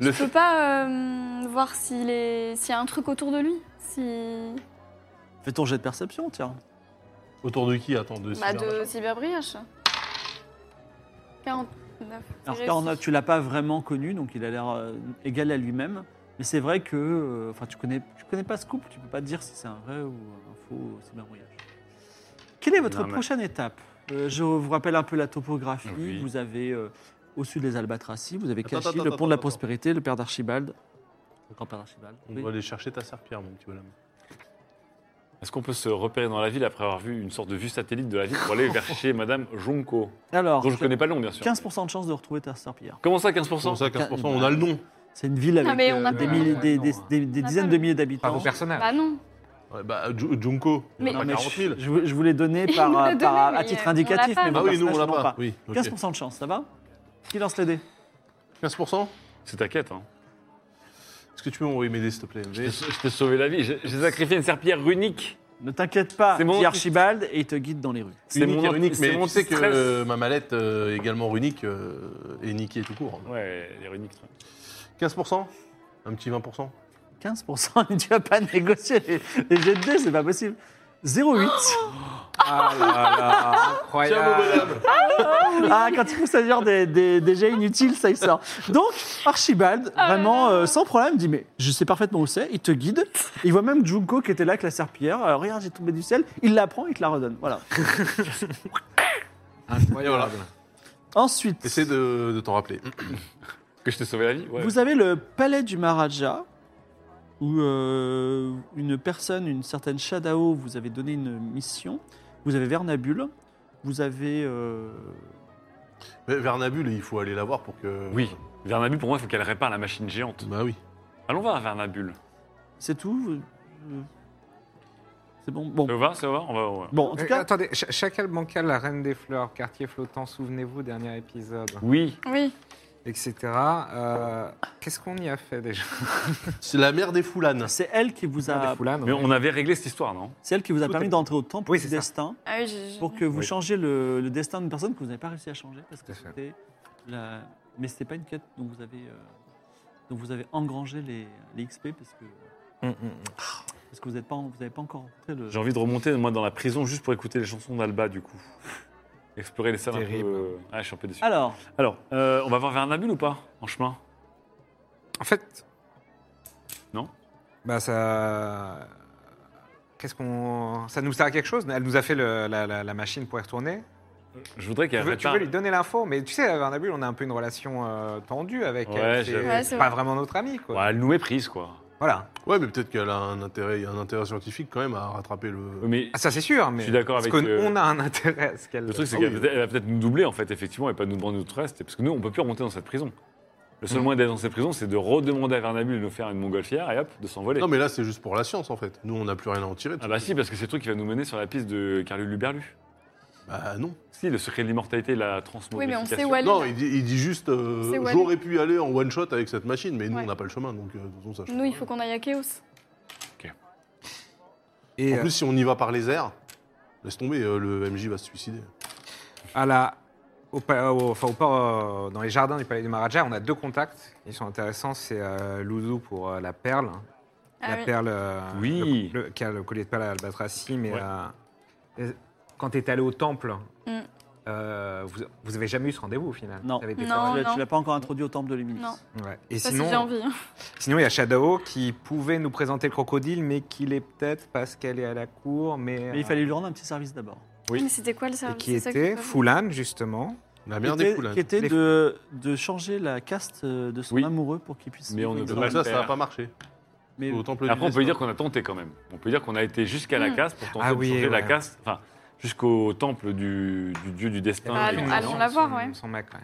Le je peux pas euh, voir s'il est- s'il y a un truc autour de lui. Si... Fais ton jet de perception, tiens. Autour de qui Attends, de Bah, Cybermachin. de cyberbriache. 49. c'est Alors, réussi. 49, tu l'as pas vraiment connu, donc il a l'air euh, égal à lui-même. Mais c'est vrai que. euh, Enfin, tu connais, tu connais pas ce couple, tu peux pas dire si c'est un vrai ou un faux cyberbrouillage. Quelle est votre Non, mais- prochaine étape Euh, Je vous rappelle un peu la topographie. Oui. Vous avez euh, au sud les Albatracies, vous avez Attends, Cachy, attends, le pont de la attends, attends. prospérité, le père d'Archibald. Le grand-père d'Archibald. On Oui. doit aller chercher ta serpillère, mon petit bonhomme. Est-ce qu'on peut se repérer dans la ville après avoir vu une sorte de vue satellite de la ville pour aller vers chez Madame Jonko Alors, Dont je connais pas le nom, bien sûr. 15% de chance de retrouver ta sœur Pierre. Comment ça, Pour 15% ça, 15%, on a le nom. C'est une ville Non, avec mais euh, on n'a des, pas- milliers- des, non, des- hein. des- des On n'a dizaines pas de le- milliers Pas vos d'habitants. personnages. Bah non. Ouais, bah, Ju- Junko, il y en a Mais- Non, Ah, mais 40 000. je, je vous- je vous l'ai donné Il par, nous l'a euh, donné, par- à mais titre on l'a indicatif. pas. mais Ah vos oui, nous, on personnages l'a n'ont pas. Oui, ok. 15% de chance, ça va Qui lance les dés 15% C'est ta quête, hein. Est-ce que tu peux m'envoyer mes dés, s'il te plaît Je t'ai- je t'ai sauvé la vie. J'ai j'ai sacrifié une serpillère runique. Ne t'inquiète pas, C'est mon- dit Archibald, et il te guide dans les rues. C'est Unique mon et anti- runique, c'est mais mon tu sais que anti-stress. euh, ma mallette, euh, également runique, euh, est niquée tout court. Ouais, les runiques. ça. 15% Un petit 20% 15%, il ne va pas négocier les, les jets de dés, c'est pas possible. 0,8. Ah là là, incroyable. Oh, Ah, quand il faut salir des, des, des jets inutiles, ça il sort. Donc, Oh Archibald, vraiment euh, sans problème, dit Mais je sais parfaitement où c'est, il te guide. Il voit même Junko qui était là avec la serpillière. Alors, regarde, j'ai tombé du ciel. Il la prend, il te la redonne. Voilà. Incroyable. Ensuite, Essaie de, de t'en rappeler. Que je t'ai sauvé la vie Ouais. vous avez le palais du Maharaja, où euh, une personne, une certaine Shadao, vous avez donné une mission. Vous avez Vernabule. Vous avez. euh, Mais Vernabule, il faut aller la voir pour que... Oui. Vernabule, pour moi, il faut qu'elle répare la machine géante. Bah oui. Allons voir Vernabule. c'est tout vous- euh, C'est bon Bon. Ça vous va Ça vous va On va. on va- Bon, en tout Euh, cas, attendez, Ch- Chacal Bancal, la reine des fleurs, quartier flottant, souvenez-vous, dernier épisode, Oui. Oui. etc. Euh, Qu'est-ce qu'on y a fait déjà C'est la mère des Foulanes. c'est elle qui vous Des a foulanes, Mais ouais. on avait réglé cette histoire, non C'est elle qui vous a Tout permis est- d'entrer au temple Oui, du c'est ça. destin Ah oui, j'ai- j'ai- pour que vous Oui. changiez le, le destin d'une personne que vous n'avez pas réussi à changer parce que Tout à fait. c'était la... mais c'était pas une quête dont vous avez euh, dont vous avez engrangé les, les XP parce que Hum, hum, hum. parce que vous n'avez pas en- vous avez pas encore rencontré le J'ai envie de remonter, moi, dans la prison juste pour écouter les chansons d'Alba, du coup. Explorer les salles un peu, Terrible. euh, Ah, je suis un peu déçu. alors Alors, euh, on va voir Vernabule ou pas En chemin En fait. Non Bah ça. Qu'est-ce qu'on. Ça nous sert à quelque chose Elle nous a fait le- la, la- la machine pour y retourner. Je voudrais Tu qu'elle veux, tu répare. veux lui donner l'info, mais tu sais, à Vernabule, on a un peu une relation euh, tendue avec Ouais, elle. C'est j'avoue. Ouais, c'est c'est pas vrai. vraiment notre amie, quoi. Ouais, elle nous méprise, quoi. Voilà. Ouais, mais peut-être qu'elle a un intérêt, il y a un intérêt scientifique quand même à rattraper le. Mais Ah, ça, c'est sûr, mais. suis d'accord parce avec, qu'on- euh, On a un intérêt à ce qu'elle. le truc, c'est Ah qu'elle oui. peut-être- elle va peut-être nous doubler, en fait, effectivement, et pas nous demander notre reste. Parce que nous, on peut plus remonter dans cette prison. Le seul Mm. moyen d'aller dans cette prison, c'est de redemander à Vernabule de nous faire une montgolfière et hop, de s'envoler. Non, mais là, c'est juste pour la science en fait. Nous, on n'a plus rien à en tirer. de Ah ça. bah si, parce que c'est le truc qui va nous mener sur la piste de Carlu Luberlu. Bah non. Si, le secret de l'immortalité, la transmodification. Oui, mais on sait où elle Non, est. il dit, il dit juste euh, C'est où elle j'aurais pu aller en one shot avec cette machine, mais nous, Ouais. on n'a pas le chemin, donc euh, de toute façon, ça. change Nous, il rien. faut qu'on aille à Chaos. Et En euh, plus, si on y va par les airs, laisse tomber, euh, le MJ va se suicider. à la. Au, pa- au- enfin, au port, euh, dans les jardins du palais du Maharaja, on a deux contacts. Ils sont intéressants. C'est euh, Loulou pour euh, la perle. Ah la oui. perle. euh, Oui. le- le- qui a le collier de perle à Albatraci, mais Ouais. euh, quand tu es allé au temple, Mm. euh, vous, vous avez jamais eu ce rendez-vous au final Non. Ça avait été Non, tu formel. l'as- non. tu l'as pas encore introduit au temple de Luminis Non. Ouais. Et Ça, si j'ai sinon, envie. hein. sinon, il y a Shadao qui pouvait nous présenter le crocodile, mais qu'il est peut-être parce qu'elle est à la cour, mais, mais il fallait lui rendre un petit service d'abord Oui. Mais c'était quoi le euh, et service qui Ah, C'est ça que était j'ai pas vu. Foulane justement. La merde Qui était- est cool. hein. qui était Les- de, de changer la caste euh, de son hein. Oui. amoureux pour qu'il puisse Mais on ne évoluer. peut pas Donc le ça, ça n'a faire. pas marché. mais Au temple du Après, on peut destin. dire qu'on a tenté quand même. On peut dire qu'on a été jusqu'à la Mm. casse pour tenter Ah de oui, changer la ouais. casse, enfin, jusqu'au temple du, du dieu du destin. Bah, et allons- du allons sang. la voir, Son- ouais. son mec, ouais.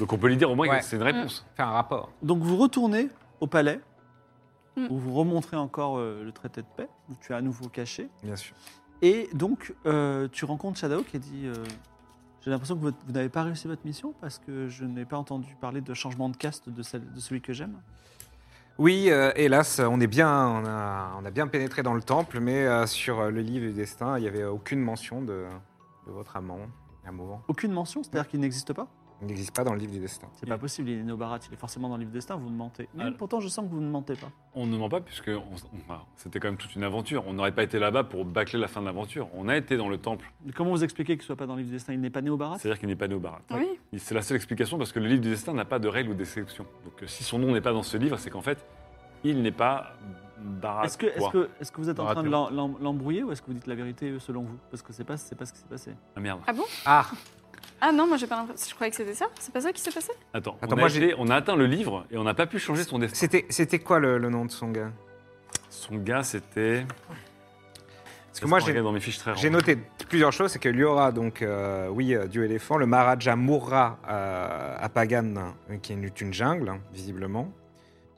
Donc on peut lui dire au moins Ouais. que c'est une réponse. Faire un rapport. Donc vous retournez au palais, Mm. où vous remontrez encore euh, le traité de paix, où tu es à nouveau caché. Bien sûr. Et donc euh, tu rencontres Shadow qui a dit euh, J'ai l'impression que votre- vous n'avez pas réussi votre mission parce que je n'ai pas entendu parler de changement de caste de, celle- de celui que j'aime. Oui, euh, hélas, on est bien, on a, on a bien pénétré dans le temple, mais euh, sur euh, le livre du destin, il n'y avait aucune mention de, de votre amant. Amour. Aucune mention, c'est-à-dire qu'il n'existe pas. Il n'existe pas dans le livre du destin. C'est Il- pas possible, il est Nobarat, il est forcément dans le livre destin, vous me mentez. Mais Alors- pourtant, je sens que vous ne mentez pas. On ne ment pas, puisque on- on- c'était quand même toute une aventure. On n'aurait pas été là-bas pour bâcler la fin de l'aventure. On a été dans le temple. Mais Comment vous expliquez qu'il ne soit pas dans le livre destin Il n'est pas né au Barat C'est-à-dire qu'il n'est pas né au barat. Ah. Oui, Il- C'est la seule explication parce que le livre du destin n'a pas de règles ou d'exceptions. Donc euh, si son nom n'est pas dans ce livre, c'est qu'en fait, il n'est pas barat. Est-ce que, est quoi. que, est que vous êtes en Barat, train de oui. l'em- l'em- l'embrouiller ou est-ce que vous dites la vérité euh, selon vous Parce que c'est pas, c'est pas ce qui s'est passé. Ah merde. Ah, Ah non, moi j'ai pas l'impression. Je croyais que c'était ça. C'est pas ça qui s'est passé Attends, Attends, on, a moi, été- on a atteint le livre et on n'a pas pu changer son destin. c'était c'était quoi le, le nom de son gars Son gars, c'était. Parce que moi, j'ai- dans mes fiches très J'ai rares. noté plusieurs choses, c'est que Liora, donc euh, oui, euh, dieu éléphant, le Maharaja mourra euh, à Pagan, euh, qui est une jungle, hein, visiblement.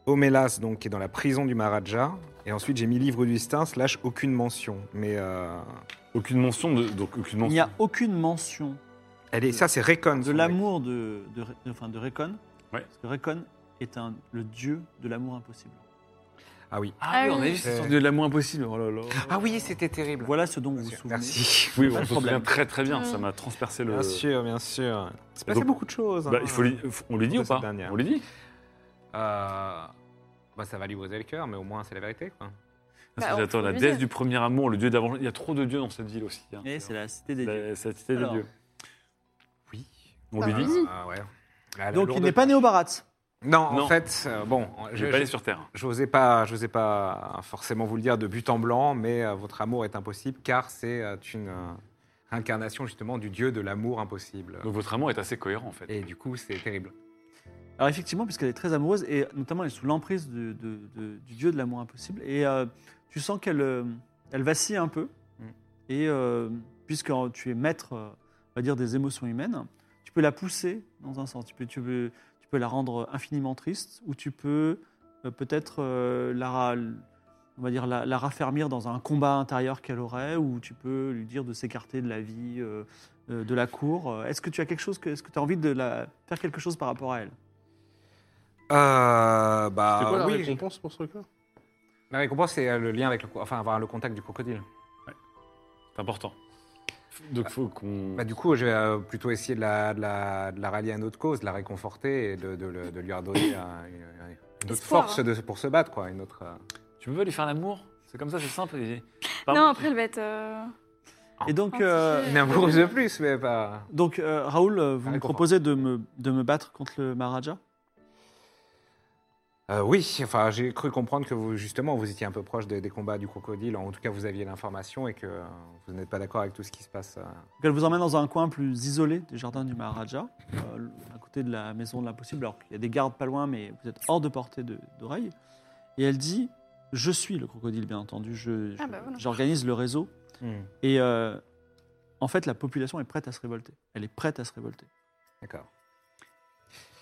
Omelas, donc, qui est dans la prison du Maharaja. Et ensuite, j'ai mis livre du destin, slash aucune mention. Mais euh, Aucune mention de. Donc, aucune Il mention. n'y a aucune mention elle est, ça, c'est Recon. de l'amour de, de, Re- enfin, de Recon. Ouais. Parce que Recon est un, le dieu de l'amour impossible. Ah oui. Ah oui, oui. on a vu cette Euh. sorte de l'amour impossible. Oh là là. Ah oui, c'était terrible. Voilà ce dont vous vous Bien sûr. souvenez. Merci. Oui, Pas on de se problème. souvient très très bien. Mm. Ça m'a transpercé le. Bien sûr, bien sûr. Il s'est passé Donc- beaucoup de choses. Bah, hein. il faut lui- On lui dit De ou pas cette dernière. On lui dit Euh, bah, ça va lui briser le cœur, mais au moins, c'est la vérité. Quoi. Parce Bah, que on attends, peut la lui déesse dire. du premier amour, le dieu d'avant. Il y a trop de dieux dans cette ville aussi. hein. Et c'est la cité des dieux. La- C'est la cité des Alors. dieux. Oui. On lui Ah, dit oui. Ah ouais. Ah, la Donc il lourde- n'est pas né au Barat. Non, Non. en fait, euh, bon, Je je- vais pas aller je- sur Terre. j'osais pas, j'osais pas forcément vous le dire de but en blanc, mais euh, votre amour est impossible car c'est euh, une euh, incarnation justement du dieu de l'amour impossible. Donc votre amour est assez cohérent en fait. Et du coup, c'est terrible. Alors effectivement, puisqu'elle est très amoureuse, et notamment elle est sous l'emprise de- de- de- du dieu de l'amour impossible, et euh, tu sens qu'elle euh, elle vacille un peu, Mm. et euh, puisque euh, tu es maître, euh, on va dire, des émotions humaines, tu peux la pousser dans un sens, tu peux, tu peux, tu peux la rendre infiniment triste, ou tu peux euh, peut-être euh, la, ra- on va dire, la, la raffermir dans un combat intérieur qu'elle aurait, ou tu peux lui dire de s'écarter de la vie, euh, euh, de la cour. Euh, Est-ce que tu as quelque chose, que- est-ce que tu as envie de la, faire quelque chose par rapport à elle Euh, C'est quoi bah la oui, récompense pour ce truc-là la récompense c'est euh, le lien avec le, co- enfin avoir le contact du crocodile. C'est important. Donc faut qu'on. Bah du coup, je vais euh, plutôt essayer de la, de la- de la rallier à une autre cause, de la réconforter et de, de le- de lui redonner un- une, une autre Espoir, force hein. de- pour se battre quoi, une autre. euh, Tu peux pas lui faire l'amour C'est comme ça, c'est simple. et- Non, Pardon. après elle va être. euh, Et donc, Ah, euh, c'est Une amoureuse de plus, mais pas. donc euh, Raoul, euh, vous Ah, me d'accord. proposez de me, de me battre contre le Maharaja Euh, oui, enfin, j'ai cru comprendre que vous, justement, vous étiez un peu proche des, des combats du crocodile. En tout cas, vous aviez l'information et que euh, vous n'êtes pas d'accord avec tout ce qui se passe. euh. Donc, Elle vous emmène dans un coin plus isolé des jardins du Maharaja, euh, à côté de la maison de l'impossible, alors qu'il y a des gardes pas loin, mais vous êtes hors de portée de- d'oreille. Et elle dit Je suis le crocodile, bien entendu, je- je- Ah, bah, voilà. j'organise le réseau. Et euh, en fait, la population est prête à se révolter. Elle est prête à se révolter. D'accord.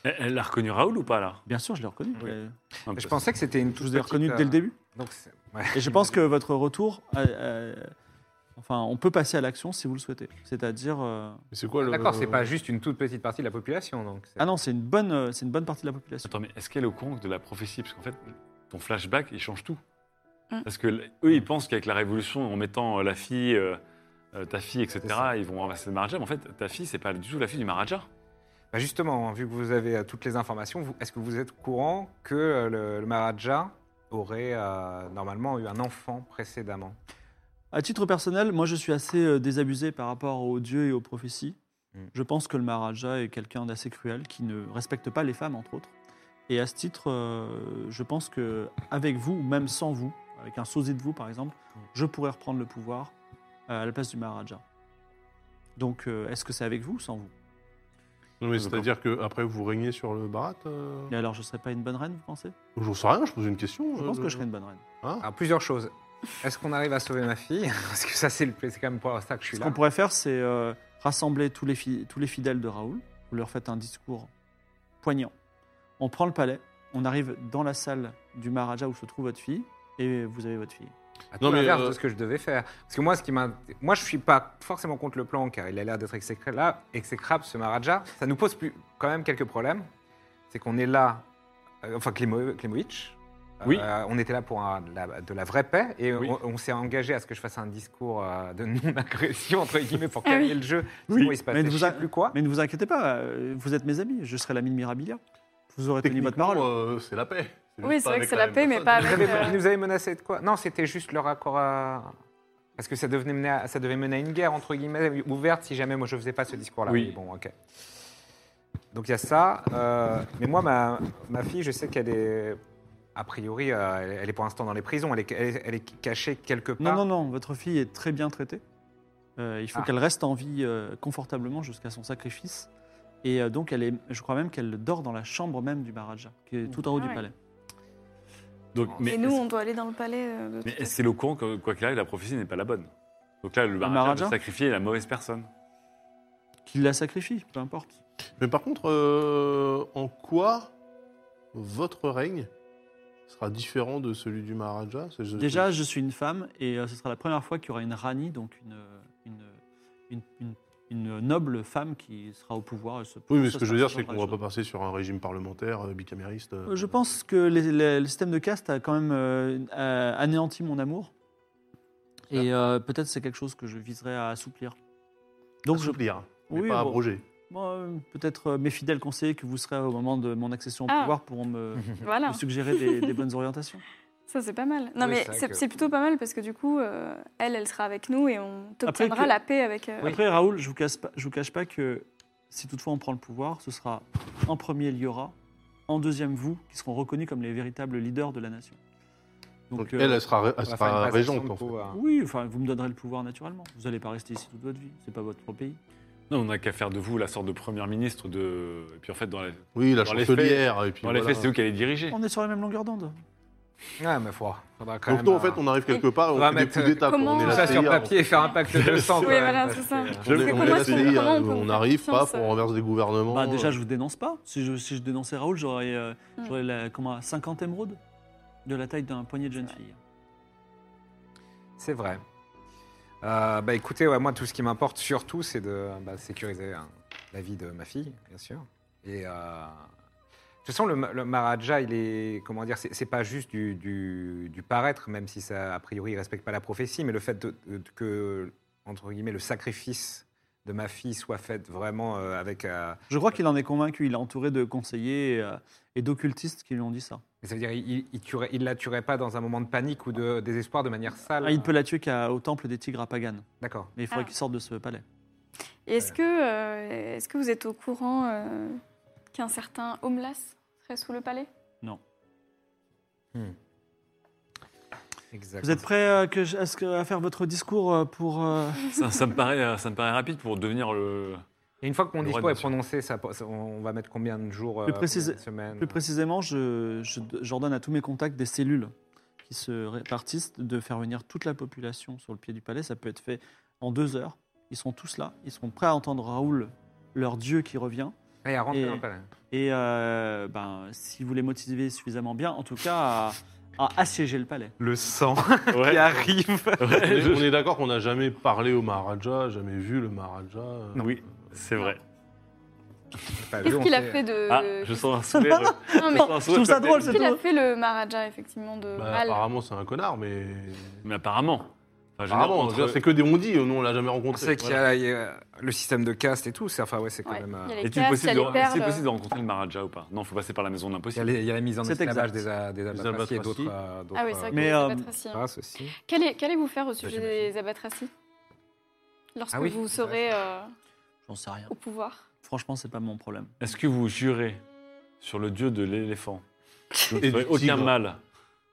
Elle elle a reconnu Raoul ou pas là Bien sûr, je l'ai reconnue. Oui. Euh, Non, Je parce- pensais que c'était une Je toute vous ai petite, reconnue euh, dès le début. Donc, c'est- ouais. Et je pense que votre retour, euh, euh, enfin, on peut passer à l'action si vous le souhaitez. C'est-à-dire, euh, Mais C'est quoi le. Ah, D'accord, c'est pas juste une toute petite partie de la population, donc. c'est- ah non, c'est une bonne, euh, c'est une bonne partie de la population. Attends, mais est-ce qu'elle est au courant de la prophétie Parce qu'en fait, ton flashback, il change tout. Mm. Parce que l- eux, ils pensent qu'avec la révolution, en mettant euh, la fille, euh, euh, ta fille, etc., C'est ça. ils vont renverser le Maharaja. Mais en fait, ta fille, c'est pas du tout la fille du Maharaja. Bah, justement, vu que vous avez euh, toutes les informations, vous- est-ce que vous êtes courant que euh, le, le Maharaja aurait euh, normalement eu un enfant précédemment À titre personnel, moi, je suis assez euh, désabusé par rapport aux dieux et aux prophéties. Mm. Je pense que le Maharaja est quelqu'un d'assez cruel qui ne respecte pas les femmes, entre autres. Et à ce titre, euh, je pense que avec vous, ou même sans vous, avec un sosie de vous, par exemple, je pourrais reprendre le pouvoir euh, à la place du Maharaja. Donc, euh, est-ce que c'est avec vous ou sans vous Non, mais c'est-à-dire qu'après, vous régnez sur le barat euh, Et alors, je ne serais pas une bonne reine, vous pensez J'en sais rien, je pose une question. euh, Je pense que je serais une bonne reine. Alors, plusieurs choses. Est-ce qu'on arrive à sauver ma fille Parce que ça, c'est le- c'est quand même pour ça que je suis Ce là. qu'on pourrait faire, c'est euh, rassembler tous les, fi- tous les fidèles de Raoul. Vous leur faites un discours poignant. On prend le palais, on arrive dans la salle du Maharaja où se trouve votre fille, et vous avez votre fille. À Non, tout mais, l'inverse euh, de ce que je devais faire. Parce que moi, ce qui m'a, moi, je suis pas forcément contre le plan car il a l'air d'être exécrable, exécrable ce Maharaja. Ça nous pose plus, quand même quelques problèmes. C'est qu'on est là, euh, enfin Klimo- Klimovic. euh, Oui. on était là pour un- la- de la vraie paix et Oui. on, on s'est engagé à ce que je fasse un discours euh, de non-agression entre guillemets pour Ah oui. calmer le jeu. Oui, Sinon, il se mais passait vous je a- sais plus quoi. Mais ne vous inquiétez pas, euh, vous êtes mes amis, je serai l'ami de Mirabilia. Vous aurez tenu votre Techniquement, parole. euh, c'est la paix. Oui, juste c'est pas vrai que avec c'est la la même paix, mais pas personne. Vous avec. avez- euh, Ils nous avaient menacé de quoi Non, c'était juste leur accord à. Parce que ça, devenait mener à- ça devait mener à une guerre, entre guillemets, ouverte si jamais moi je faisais pas ce discours-là. Oui. Mais Bon, ok. Donc il y a ça. euh, mais moi, ma, ma fille, je sais qu'elle est. A priori, euh, elle- elle est pour l'instant dans les prisons. Elle est, elle est- elle est cachée quelque part. Non, non, non, votre fille est très bien traitée. Euh, il faut euh, Ah. qu'elle reste en vie euh, confortablement jusqu'à son sacrifice. Et euh, donc, elle est, je crois même qu'elle dort dans la chambre même du Maharaja, qui est tout en haut Ah du ouais. palais. Donc, mais Et nous, on doit aller dans le palais. euh, de Mais toute est-ce façon. c'est le courant que, quoi qu'il arrive, la prophétie n'est pas la bonne. Donc là, le Maharaja Maharaja veut sacrifier la mauvaise personne. Qu'il la sacrifie, peu importe. Mais par contre, euh, en quoi votre règne sera différent de celui du Maharaja C'est- je- Déjà, je suis une femme et euh, ce sera la première fois qu'il y aura une Rani, donc une, une, une, une- une noble femme qui sera au pouvoir. et se- Oui, mais ça ce que je sera- veux dire, ça c'est changera qu'on va les pas passer sur un régime parlementaire euh, bicamériste. euh, Euh, Je pense que les- les- le système de caste a quand même euh, euh, anéanti mon amour. Et euh, peut-être c'est quelque chose que je viserai à assouplir. Donc, je, assouplir, mais Oui, pas bon. abroger. moi, euh, peut-être euh, mes fidèles conseillers que vous serez au moment de mon accession au Ah. pouvoir pourront me, Voilà, me suggérer des, des bonnes orientations. ça c'est pas mal. Non, Oui, mais c'est vrai c'est que- c'est plutôt pas mal parce que du coup, euh, elle, elle sera avec nous et on t'obtiendra que- la paix avec. euh, Après, Raoul, je vous, casse pas- je vous cache pas que si toutefois on prend le pouvoir, ce sera en premier Liora, en deuxième vous, qui seront reconnus comme les véritables leaders de la nation. Donc, Donc, euh, elle, elle sera, elle On va sera faire une passation régente, de en fait. pouvoir. oui, enfin, vous me donnerez le pouvoir naturellement. Vous n'allez pas rester ici toute votre vie. C'est pas votre pays. Non, on n'a qu'à faire de vous la sorte de première ministre de. Et puis en fait, dans la- dans Oui, la Dans les chancelière. Et puis les voilà. faits, c'est vous qui allez diriger. On est sur la même longueur d'onde. Ouais, mais faut- faudra quand Donc, même, nous, en euh, fait, on arrive quelque part et On on, va fait des mettre, coups d'État. quoi. euh, On est tout la ça sur CIA, papier, faire un pacte de sang. Oui, quand même, voilà, parce c'est ça. que- On, Parce que est- on est comment la est-ce qu'on- CIA, comment on peut on vous n'arrive faire pas, confiance, pour euh on renverse des gouvernements. Bah, déjà, euh, je vous dénonce pas. Si je, si je dénonçais Raoul, j'aurais euh, j'aurais la- comment, 50 émeraudes de la taille d'un poignet de jeune fille. C'est vrai. Euh, bah écoutez, ouais, moi tout ce qui m'importe surtout, c'est de bah, sécuriser hein, la vie de ma fille, bien sûr. Et euh, de toute façon, le, ma- le Maharaja, il est comment dire, c'est c'est pas juste du, du- du paraître, même si ça a priori il respecte pas la prophétie, mais le fait de- de- que entre guillemets le sacrifice de ma fille soit fait vraiment euh, avec. euh, Je crois qu'il en est convaincu. Il est entouré de conseillers euh, et d'occultistes qui lui ont dit ça. ça veut dire, il, il, tuerait- il la tuerait pas dans un moment de panique ou de désespoir de manière sale. Ah, il ne peut la tuer qu'au temple des tigres à Pagan. D'accord. Mais il faudrait Ah. qu'il sorte de ce palais. Et Est-ce que, euh, est-ce que vous êtes au courant euh, qu'un certain Homelas serait sous le palais Exact. Vous êtes prêt euh, que je- à, ce que- à faire votre discours euh, pour... euh, Hmm. Ça, ça me paraît, euh, ça me paraît rapide pour devenir le. Et une fois que mon Le roi discours de est nation. prononcé, ça, ça- on va mettre combien de jours Plus euh, précise- combien de semaines Plus précisément, je- je- j'ordonne à tous mes contacts des cellules qui se répartissent de faire venir toute la population sur le pied du palais. Ça peut être fait en deux heures. Ils sont tous là. Ils seront prêts à entendre Raoul, leur dieu qui revient. Allez, à rentrer Et- dans le palais. Et euh, ben, si vous les motivez suffisamment bien, en tout cas, à, à assiéger le palais. Le sang Ouais. arrive. on Ouais, est- je- on est d'accord qu'on n'a jamais parlé au Maharaja, jamais vu le Maharaja. euh, Oui, c'est vrai. Qu'est-ce qu'il a fait de. Ah, je sens un sourire. Non, mais je sens un sourire Je trouve ça côté- drôle, qu'est-ce cette- qu'il a fait le Maharaja, effectivement, de bah, mal apparemment, c'est un connard, mais. Mais apparemment. Enfin, je veux dire, Apparemment, entre- je veux dire, c'est que des mondis, nous, on l'a jamais On rencontré. sait qu'il y voilà. a, il y a le système de caste et tout. c'est- Enfin, ouais, c'est quand Ouais, même. euh, il y a les Est-il castes, possible, il y a les de... est-il perles. possible de rencontrer le Maharaja ou pas Non, faut passer par la maison de Il y a, l'impossible. les- il y a la mise en C'est esclavage exact. des, a- des abatraciers et d'autres. abatraciers. euh, d'autres, Ah oui, c'est vrai euh, que Mais, les euh, abatraciens. races aussi. Qu'allez- Qu'allez-vous faire au sujet j'imagine. des abatracis Lorsque Ah oui, vous c'est vrai, serez euh, J'en sais rien. au pouvoir. Franchement, c'est pas mon problème. Est-ce que vous jurez sur le dieu de l'éléphant que vous Et ne du ferez aucun tigre. mal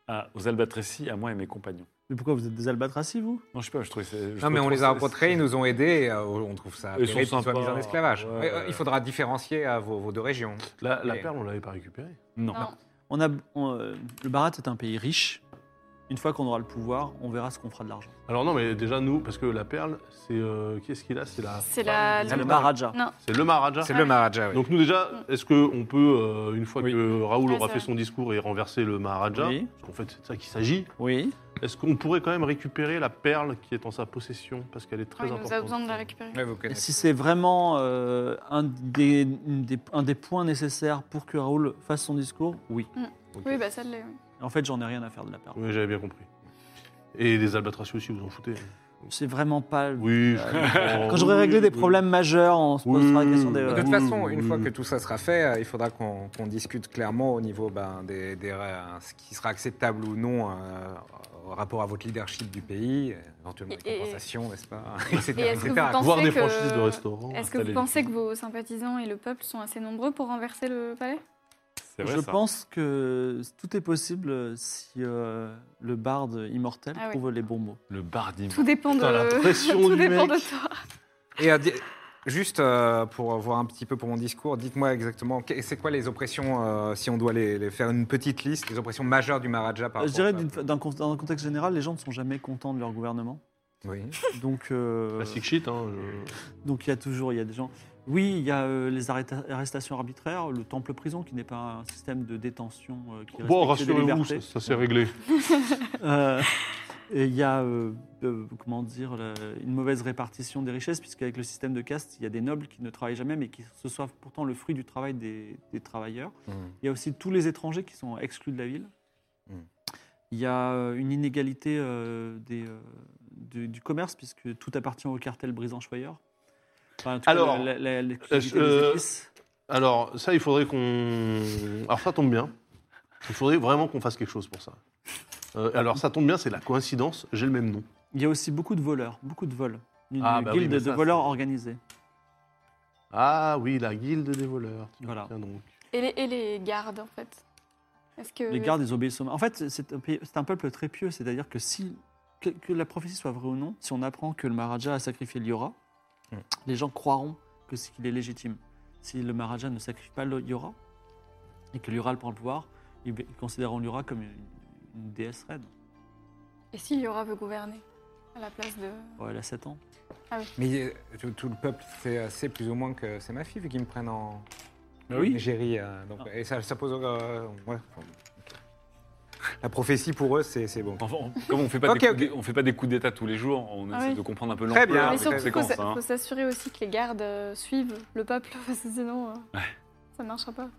à- aux albatrécies, à moi et mes compagnons Mais pourquoi vous êtes des albatracis, vous Non, je sais pas, je trouvais. c'est- je Non, mais on trouvais les a trop- rencontrés, ils nous ont aidés. euh, on trouve ça. Ils sont terrible qu'ils soient sympas. mis en esclavage. Ouais, Ouais, euh, ouais. Il faudra différencier à vos, vos deux régions. La, la Et- perle, on l'avait pas récupérée. Non. Non. On a, on, euh, le Bharat est un pays riche, Une fois qu'on aura le pouvoir, on verra ce qu'on fera de l'argent. Alors non, mais déjà nous, parce que la perle, c'est euh, qu'est-ce qu'il Bah, a C'est la, C'est la. Le Maharaja. Non, c'est le Ah. Maharaja. C'est le Maharaja, oui. Donc nous déjà, est-ce que on peut, euh, une fois Oui. que Raoul Ouais, aura c'est fait vrai. son discours et renversé le Maharaja, Oui. parce qu'en fait c'est de ça qu'il s'agit, Oui. est-ce qu'on pourrait quand même récupérer la perle qui est en sa possession parce qu'elle est très oui, il importante. nous a besoin de la récupérer. Ouais, vous connaissez. Si c'est vraiment euh, un, des, une des- un des points nécessaires pour que Raoul fasse son discours, oui. Oui, bah ça l'est. oui. En fait, j'en ai rien à faire de la perle. Oui, j'avais bien compris. Et les albatraciers aussi, vous en foutez. hein. C'est vraiment pas. Oui. je comprends. Quand j'aurai réglé des Oui, oui. problèmes majeurs, on se posera Oui. la question des. De De euh, toute Oui, façon, oui, une oui. fois que tout ça sera fait, euh, il faudra qu'on qu'on discute clairement au niveau ben, des, des- euh, ce qui sera acceptable ou non euh, au rapport à votre leadership du pays, euh, éventuellement Et- des et- compensations, n'est-ce pas etc., Et est-ce que vous etc. pensez Voir des que- franchises de restaurants. Est-ce que vous installer- pensez que vos sympathisants et le peuple sont assez nombreux pour renverser le palais C'est vrai, je ça. pense que tout est possible si euh, le barde immortel Ah oui. trouve les bons mots. Le bardim. Tout dépend de. Putain, la pression Tout du dépend mec. de toi. Et euh, di- juste euh, pour voir un petit peu pour mon discours, dites-moi exactement, que- c'est quoi les oppressions, euh, si on doit les, les faire une petite liste, les oppressions majeures du Maharaja par Euh, je rapport à dirais ça d'une- d'un con- dans un contexte général, les gens ne sont jamais contents de leur gouvernement. Oui. Donc, euh, Classic shit. Hein, je- donc il y a toujours, il y a des gens. Oui, il y a euh, les arrêta- arrestations arbitraires, le temple prison qui n'est pas un système de détention euh, qui Bon, respecte les rassurez-vous, libertés. ça, ça s'est réglé. Euh, et il y a, euh, euh, comment dire, la- une mauvaise répartition des richesses, puisqu'avec le système de caste, il y a des nobles qui ne travaillent jamais, mais qui se soivent pourtant le fruit du travail des, des travailleurs. Mm. Il y a aussi tous les étrangers qui sont exclus de la ville. Mm. Hmm. Il y a euh, une inégalité euh, des, euh, du, du commerce, puisque tout appartient au cartel brisanchoyeur. Enfin, en tout cas, Alors, la- la- l'exclusivité euh, des épices. Alors, ça, il faudrait qu'on. Alors, ça tombe bien. Il faudrait vraiment qu'on fasse quelque chose pour ça. Euh, alors, ça tombe bien, c'est la coïncidence, j'ai le même nom. Il y a aussi beaucoup de voleurs, beaucoup de vols. Une Ah, bah oui, guilde mais de ça, voleurs c'est- organisée. Ah oui, la guilde des voleurs. Voilà. Tiens donc. Et les, et les gardes, en fait. Est-ce que. Les gardes, ils obéissent au En fait, c'est un, pays- c'est un peuple très pieux. C'est-à-dire que si que, que la prophétie soit vraie ou non, si on apprend que le Maharaja a sacrifié Liora, Hmm. les gens croiront que c'est qu'il est légitime. Si le Maharaja ne sacrifie pas le- Liora et que Liora prend le pouvoir, ils, ils considéreront Liora comme une, une déesse reine. Et si Liora veut gouverner à la place de. Bon, elle a 7 ans. Mais euh, tout, tout le peuple sait, euh, sait plus ou moins que c'est ma fille, vu qu'ils me prennent en Ah oui. Algérie. euh, donc, Et ça, ça pose. euh, ouais, enfin, la prophétie pour eux, c'est c'est bon. Enfin, on- comme on fait pas Ok, des ok. coups d'é- on fait pas des coups d'état tous les jours, on Ah essaie oui. de comprendre un peu Très l'ampleur, bien. Mais les c'est surtout, il faut conséquences. s'a- hein. faut s'assurer aussi que les gardes euh, suivent le peuple, parce que sinon, euh, ça ne marchera pas.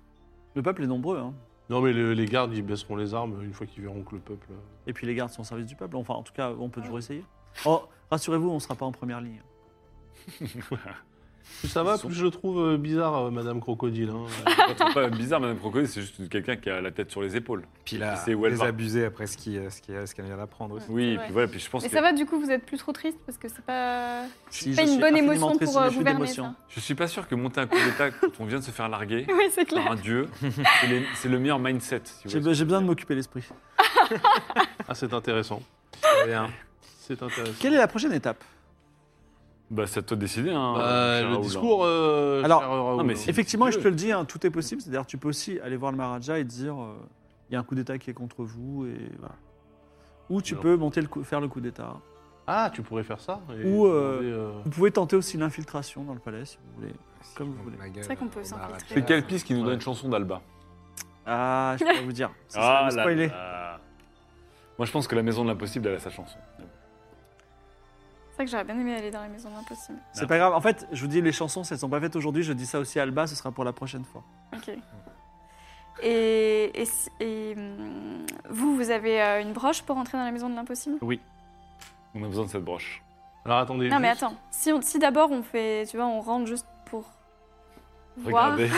Le peuple est nombreux. hein. Non, mais le- les gardes, ils baisseront les armes une fois qu'ils verront que le peuple. euh, Et puis les gardes sont au service du peuple. Enfin, en tout cas, on peut toujours essayer. Oh, rassurez-vous, on ne sera pas en première ligne. Plus ça va, Ils sont- plus je trouve euh, bizarre euh, Madame Crocodile. hein. Je trouve pas bizarre, Madame Crocodile, c'est juste quelqu'un qui a la tête sur les épaules. Puis là, C'est où elle les va. abuser après ce qui- euh, ce qui- ce qu'elle vient d'apprendre aussi. Oui, Ouais. puis voilà, puis je pense Mais que ça va, du coup, vous êtes plus trop triste parce que c'est pas, Si, pas je une suis bonne infiniment émotion triste, pour je euh, suis gouverner d'émotion. ça. je suis pas sûr que monter un coup d'état quand on vient de se faire larguer Oui, c'est clair. par un dieu, c'est les- c'est le meilleur mindset. si vous J'ai voulez. j'ai besoin de m'occuper l'esprit. Ah, c'est intéressant. Très bien. C'est intéressant. Quelle est la prochaine étape Bah, c'est à toi de décider. Hein, Bah, cher le Raoul, discours. hein. euh, Alors, cher Raoul, non, mais hein. si- Effectivement, tu et je veux. te le dis, hein, tout est possible. C'est-à-dire, tu peux aussi aller voir le Maharaja et dire euh, il y a un coup d'État qui est contre vous, et voilà. Ou tu Non. peux monter le coup- faire le coup d'État. Ah, tu pourrais faire ça. et Ou, euh, demander, euh, Vous pouvez tenter aussi l'infiltration dans le palais, si vous voulez. Comme vous voulez. C'est vrai qu'on euh, peut s'infiltrer. C'est quelle piste qui nous donne euh, Ouais. une chanson d'Alba Ah, je peux pas vous dire. Ça serait Ah me là spoiler. là. Moi, je pense que la maison de l'impossible, elle a sa chanson. C'est vrai que j'aurais bien aimé aller dans la maison de l'impossible. C'est pas grave. En fait, je vous dis, les chansons, si elles sont pas faites aujourd'hui, je dis ça aussi à Alba, ce sera pour la prochaine fois. Ok. Et, et si- et, hum, vous, vous avez euh, une broche pour entrer dans la maison de l'impossible On a besoin de cette broche. Alors attendez. Non, mais juste- attends. Si, on- si d'abord on fait, tu vois, on rentre juste pour voir Regardez.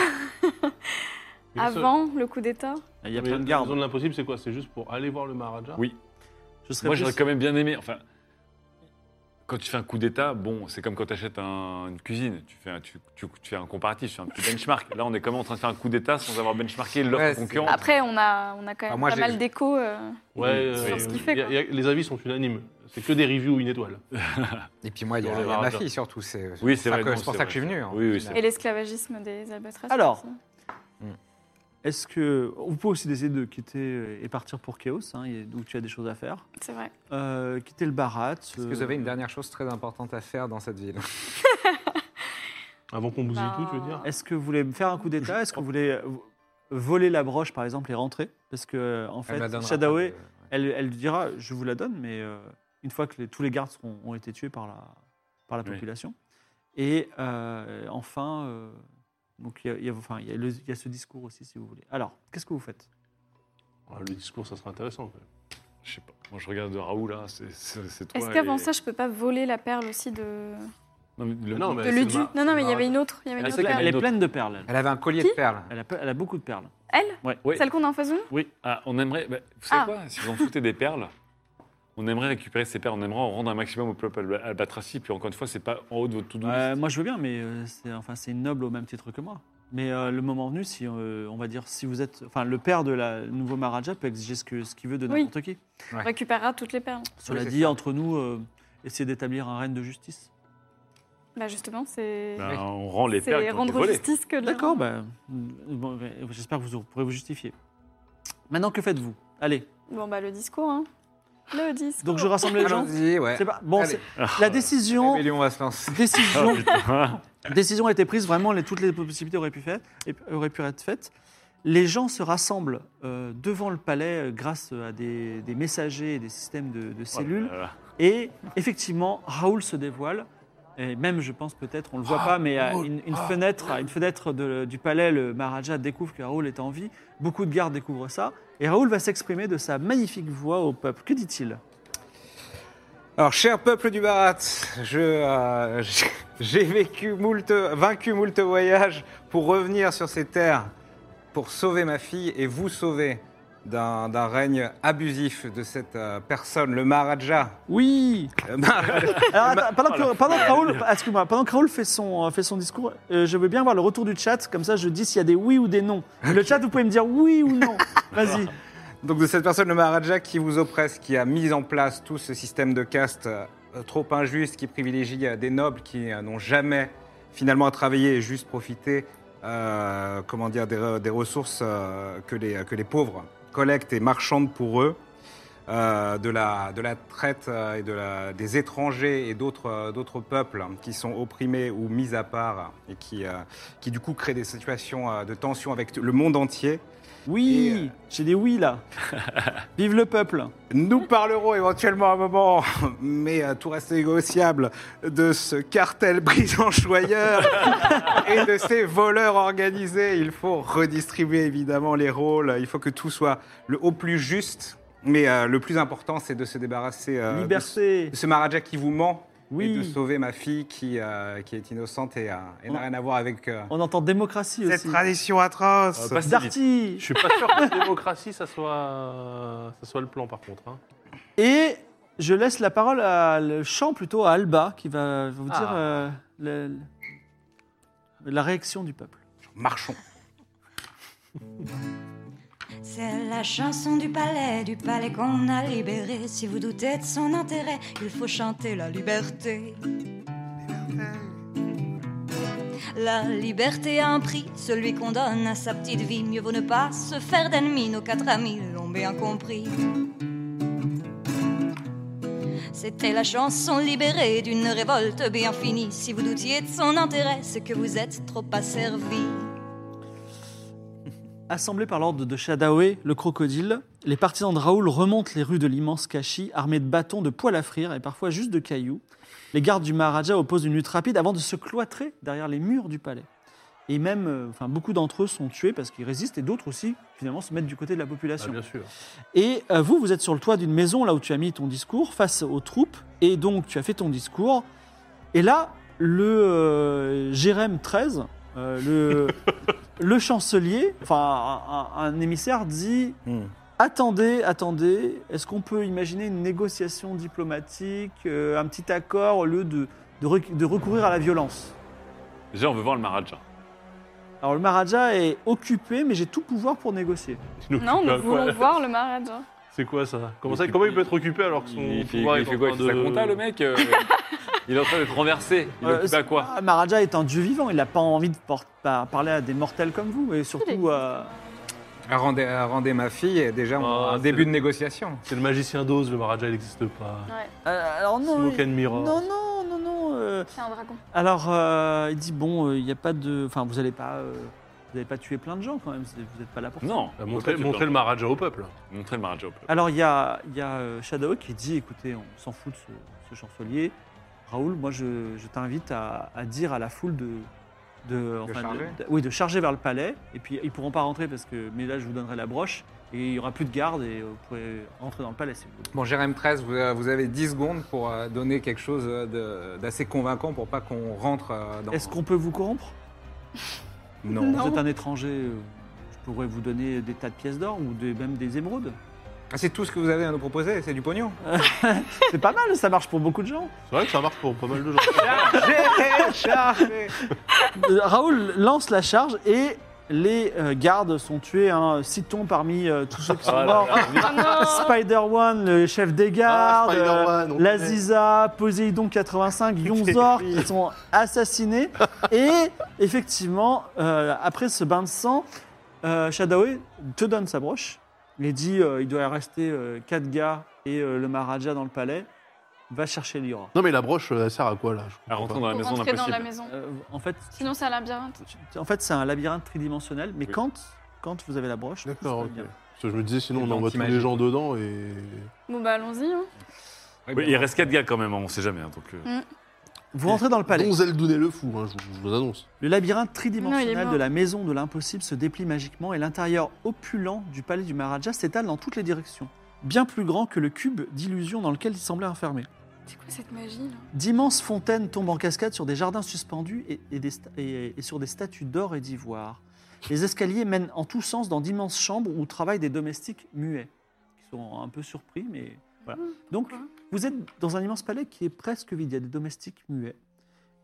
mais ça- avant le coup d'État. Il y a mais plein de La maison gardes. de l'impossible, c'est quoi C'est juste pour aller voir le Maharaja Oui. Je serais Moi, plus- j'aurais quand même bien aimé. Enfin, quand tu fais un coup d'État, bon, c'est comme quand tu achètes une cuisine. Tu fais, un, tu, tu- tu fais un comparatif, tu fais un petit benchmark. Là, on est quand même en train de faire un coup d'État sans avoir benchmarké l'offre Ouais, c'est- concurrente. Après, on a, on a quand même Ah, moi, pas j'ai- mal d'échos. euh, Ouais. Sur euh, ce qu'il fait, y a- quoi. y a- les avis sont unanimes. C'est que des reviews une étoile. Et puis moi, il y a, Dans le il y a ma Maharaja. fille surtout. C'est Oui, c'est c'est pour ça vrai, que- non, c'est pour c'est ça que je vrai, suis venu. c'est vrai. Oui, oui, c'est et l'esclavagisme des albatras. Alors, Est-ce que. Vous pouvez aussi essayer de quitter et partir pour Chaos, hein, et- où tu as des choses à faire. C'est vrai. Euh, quitter le barat. Est-ce que vous avez une dernière chose très importante à faire dans cette ville Avant qu'on bousille Bah, tout, tu veux dire Est-ce que vous voulez me faire un coup d'état Est-ce que vous voulez euh, voler la broche, par exemple, et rentrer Parce que, euh, en fait, me la donnera Shadawe, pas de- elle, elle dira Je vous la donne, mais euh, une fois que les- tous les gardes seront- ont été tués par la, par la Oui. population. Et euh, enfin, euh, donc il y a- il y, a- enfin, il y a le- il y a ce discours aussi, si vous voulez. Alors, qu'est-ce que vous faites Ah, Le discours, ça sera intéressant. quand même. Je sais pas. Moi, je regarde Raoul, là. C'est c'est- c'est toi. Est-ce qu'avant et- ça, je peux pas voler la perle aussi de, Non, mais le- Ah Non, mais de c'est Ludu mar- Non, non, mais il y marrant. avait une autre. Il y avait une Elle, autre sait qu'elle perle. a elle une est autre. pleine de perles. Elle. Elle avait un collier Qui de perles. Elle a, pe- elle a beaucoup de perles. Elle Ouais. Oui. Celle qu'on a en face de nous Oui. Ah, on aimerait. bah, vous savez Ah. quoi Si vous en foutez des perles, on aimerait récupérer ces perles. On aimerait en rendre un maximum au peuple alba- albatraci. Puis encore une fois, c'est pas en haut de votre to-do Euh, list. moi, je veux bien, mais euh, c'est enfin, c'est une noble au même titre que moi. Mais euh, le moment venu, si euh, on va dire, si vous êtes, enfin, le père de la le nouveau Maharaja peut exiger ce que- ce qu'il veut de Oui. n'importe qui. On récupérera toutes les perles. Cela c'est dit, ça. entre nous, euh, essayer d'établir un règne de justice. Bah justement, c'est Ben, on rend les c'est perles qui ont été rendre volées. justice que de- D'accord, bah, bon, euh, j'espère que vous pourrez vous justifier. Maintenant, que faites-vous Allez, Bon bah le discours, hein. Le discours. donc je rassemble les gens. Allons-y, ouais. C'est pas bon. Allez. Ah, c'est- La décision, Allez, on va se lancer. décision Ah, décision a été prise, vraiment les- toutes les possibilités auraient pu, fait- et- auraient pu être faites. Les gens se rassemblent euh, devant le palais euh, grâce à des, des messagers et des systèmes de, de cellules. voilà. Et effectivement, Raoul se dévoile. Et même, je pense peut-être, on le voit pas, mais à une, une fenêtre, à une fenêtre de- du palais, le Maharaja découvre que Raoul est en vie. Beaucoup de gardes découvrent ça. Et Raoul va s'exprimer de sa magnifique voix au peuple. Que dit-il Alors, cher peuple du Barat, je, euh, j'ai- j'ai vécu moult, vaincu moult voyages pour revenir sur ces terres, pour sauver ma fille et vous sauver d'un d'un règne abusif de cette euh, personne, le Maharaja. Oui Le Maharaja. Alors, attends, pendant, que, pendant que Raoul, excuse-moi, pendant que Raoul fait son, euh, fait son discours, euh, je veux bien voir le retour du chat, comme ça je dis s'il y a des oui ou des non. Le chat, vous pouvez me dire oui ou non. Vas-y. Donc, de cette personne, le Maharaja qui vous oppresse, qui a mis en place tout ce système de caste euh, trop injuste, qui privilégie euh, des nobles qui euh, n'ont jamais finalement à travailler et juste profiter euh, comment dire, des, re- des ressources euh, que, les, que les pauvres collectent et marchandent pour eux, euh, de, la, de la traite euh, et de la, des étrangers et d'autres euh, d'autres peuples hein, qui sont opprimés ou mis à part et qui, euh, qui du coup créent des situations euh, de tension avec t- le monde entier. euh, Oui, j'ai des oui là. Vive le peuple. Nous parlerons éventuellement à un moment, mais euh, tout reste négociable, de ce cartel brisant-choyeur et de ces voleurs organisés. Il faut redistribuer évidemment les rôles, il faut que tout soit le au plus juste, mais euh, le plus important c'est de se débarrasser euh, de ce, Liberté. de ce Maharaja qui vous ment et de Oui. sauver ma fille qui, euh, qui est innocente et, euh, et n'a On- rien à voir avec euh, On entend démocratie cette aussi. bah. tradition atroce. Euh, pas- Je Darty. suis pas sûr que la démocratie, ça soit, ça soit le plan, par contre. hein. Et je laisse la parole à le chant plutôt à Alba qui va vous dire Ah. euh, le- le- la réaction du peuple. Marchons. C'est la chanson du palais, du palais qu'on a libéré. Si vous doutez de son intérêt, il faut chanter la liberté. La liberté a un prix, celui qu'on donne à sa petite vie. Mieux vaut ne pas se faire d'ennemis, nos quatre amis l'ont bien compris. C'était la chanson libérée d'une révolte bien finie. Si vous doutiez de son intérêt, c'est que vous êtes trop asservis. Assemblés par l'ordre de Shadawe, le crocodile, les partisans de Raoul remontent les rues de l'immense Kashi, armés de bâtons, de poils à frire et parfois juste de cailloux. Les gardes du Maharaja opposent une lutte rapide avant de se cloîtrer derrière les murs du palais. Et même, euh, enfin, beaucoup d'entre eux sont tués parce qu'ils résistent et d'autres aussi, finalement, se mettent du côté de la Ah, population. bien sûr. Et euh, vous, vous êtes sur le toit d'une maison, là où tu as mis ton discours, face aux troupes. Et donc, tu as fait ton discours. Et là, le euh, Jérém 13, euh, le, le chancelier, enfin, un, un- un émissaire dit Hmm. Attendez, attendez, est-ce qu'on peut imaginer une négociation diplomatique, euh, un petit accord au lieu de, de rec- de recourir à la violence Déjà, on veut voir le Maharaja. Alors, le Maharaja est occupé, mais j'ai tout pouvoir pour négocier. Il Non, occupe nous à quoi voulons voir le Maharaja. C'est quoi ça comment, Il ça occupe- comment il peut être occupé alors que son Il fait, pouvoir il est fait en quoi train Il fait sa de- compta, le mec euh, Il est en train d'être renversé. Il Euh, occupe à quoi Ah, Maharaja est un dieu vivant, il n'a pas envie de por- par- parler à des mortels comme vous, et surtout euh, existe. à, Ah, Rendez, ah, rendez ma fille, et déjà, on- Ah, un c'est début le- de négociation. C'est le magicien d'Oz, le Maharaja, il n'existe pas. Ouais, Euh, Ah alors non, Smoke and Mirror. non, non, non, non. euh, c'est un dragon. alors, euh, il dit bon, euh, il n'y a pas de, enfin, vous n'allez pas, euh, vous allez pas tuer plein de gens quand même. c'est- Vous n'êtes pas là pour ça. Non, Bah, montrez Montrez, montrez le Maharaja au peuple. Montrez le Maharaja au peuple. Alors, il y a, il y a, euh, Shadow qui dit écoutez, on s'en fout de ce, ce chancelier. Raoul, moi, je, je t'invite à, à dire à la foule de. De, charger oui, de charger vers le palais. Et puis, ils pourront pas rentrer parce que. Mais là, je vous donnerai la broche. Et il y aura plus de garde et euh, vous pourrez rentrer dans le palais si vous voulez. Bon, Jérém 13, vous, euh, vous avez 10 secondes pour euh, donner quelque chose euh, de- d'assez convaincant pour pas qu'on rentre euh, dans... Est-ce qu'on peut vous corrompre Non. Non. Vous êtes un étranger. euh, Je pourrais vous donner des tas de pièces d'or ou des- même des émeraudes. Ah, C'est tout ce que vous avez à nous proposer, c'est du pognon. C'est pas mal, ça marche pour beaucoup de gens. C'est vrai que ça marche pour pas mal de gens. Chargez, chargez. Euh, Raoul lance la charge et les euh, gardes sont tués. Hein, six tons parmi euh, tous ceux qui sont Ah là morts. là, oui. Spider One, le chef des gardes, Ah, Spider-Man, euh, on Laziza, Poséidon 85, Yonzor qui sont assassinés. Et effectivement, euh, après ce bain de sang, euh, Shadawe te donne sa broche. Il dit euh, il doit y rester euh, quatre gars et euh, le Maharaja dans le palais. Va chercher Liora. Non mais la broche, euh, elle sert à quoi là Je comprends À rentrer pas. dans la Pour maison rentrer dans la d'impossible. maison. Euh, en fait, Sinon, c'est un labyrinthe. En fait, c'est un labyrinthe tridimensionnel, mais Oui. quand, quand vous avez la broche, tout D'accord, se ok. passe bien. Parce que je me disais sinon Et on donc, envoie tous t'imagines. les gens dedans et... Bon, bah, allons-y. hein. Eh Oui, il reste 4 gars quand même, hein, on sait jamais. hein, donc, euh, Vous rentrez dans le palais. Donzel Dounet le fou, hein, je, vous- je vous annonce. Le labyrinthe Non, il est tridimensionnel mort. de la maison de l'impossible se déplie magiquement et l'intérieur opulent du palais du Maharaja s'étale dans toutes les directions, bien plus grand que le cube d'illusion dans lequel il semblait enfermé. C'est quoi cette magie, là D'immenses fontaines tombent en cascade sur des jardins suspendus et, et des sta- et- et sur des statues d'or et d'ivoire. Les escaliers mènent en tous sens dans d'immenses chambres où travaillent des domestiques muets, qui sont un peu surpris, mais voilà. Donc, pourquoi vous êtes dans un immense palais qui est presque vide. Il y a des domestiques muets,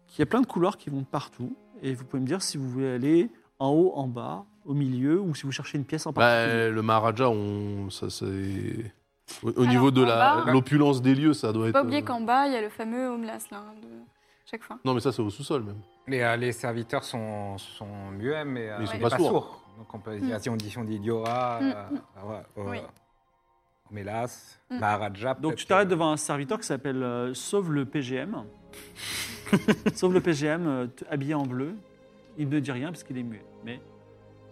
qui a plein de couloirs qui vont de partout, et vous pouvez me dire si vous voulez aller en haut, en bas, au milieu, ou si vous cherchez une pièce en particulier. Bah, le Maharaja, on... ça c'est... Au, au niveau de en la- bas- l'opulence des lieux, ça doit Faut être... pas oublier euh, qu'en bas, il y a le fameux homeless, là, hein, de chaque fois. Non mais ça c'est au sous-sol même. Les, euh, les serviteurs sont, sont muets, mais euh, Ils sont mais pas sourds. Donc on peut dire, Mm. si on dit, si on dit Diora, Mm, euh, mm. euh, euh, Oui. Mélas, Mm. Maharaja. Donc peut-être, tu t'arrêtes euh, devant un serviteur qui s'appelle euh, Sauve le PGM. Sauve le PGM, euh, t- habillé en bleu. Il ne dit rien parce qu'il est muet. Mais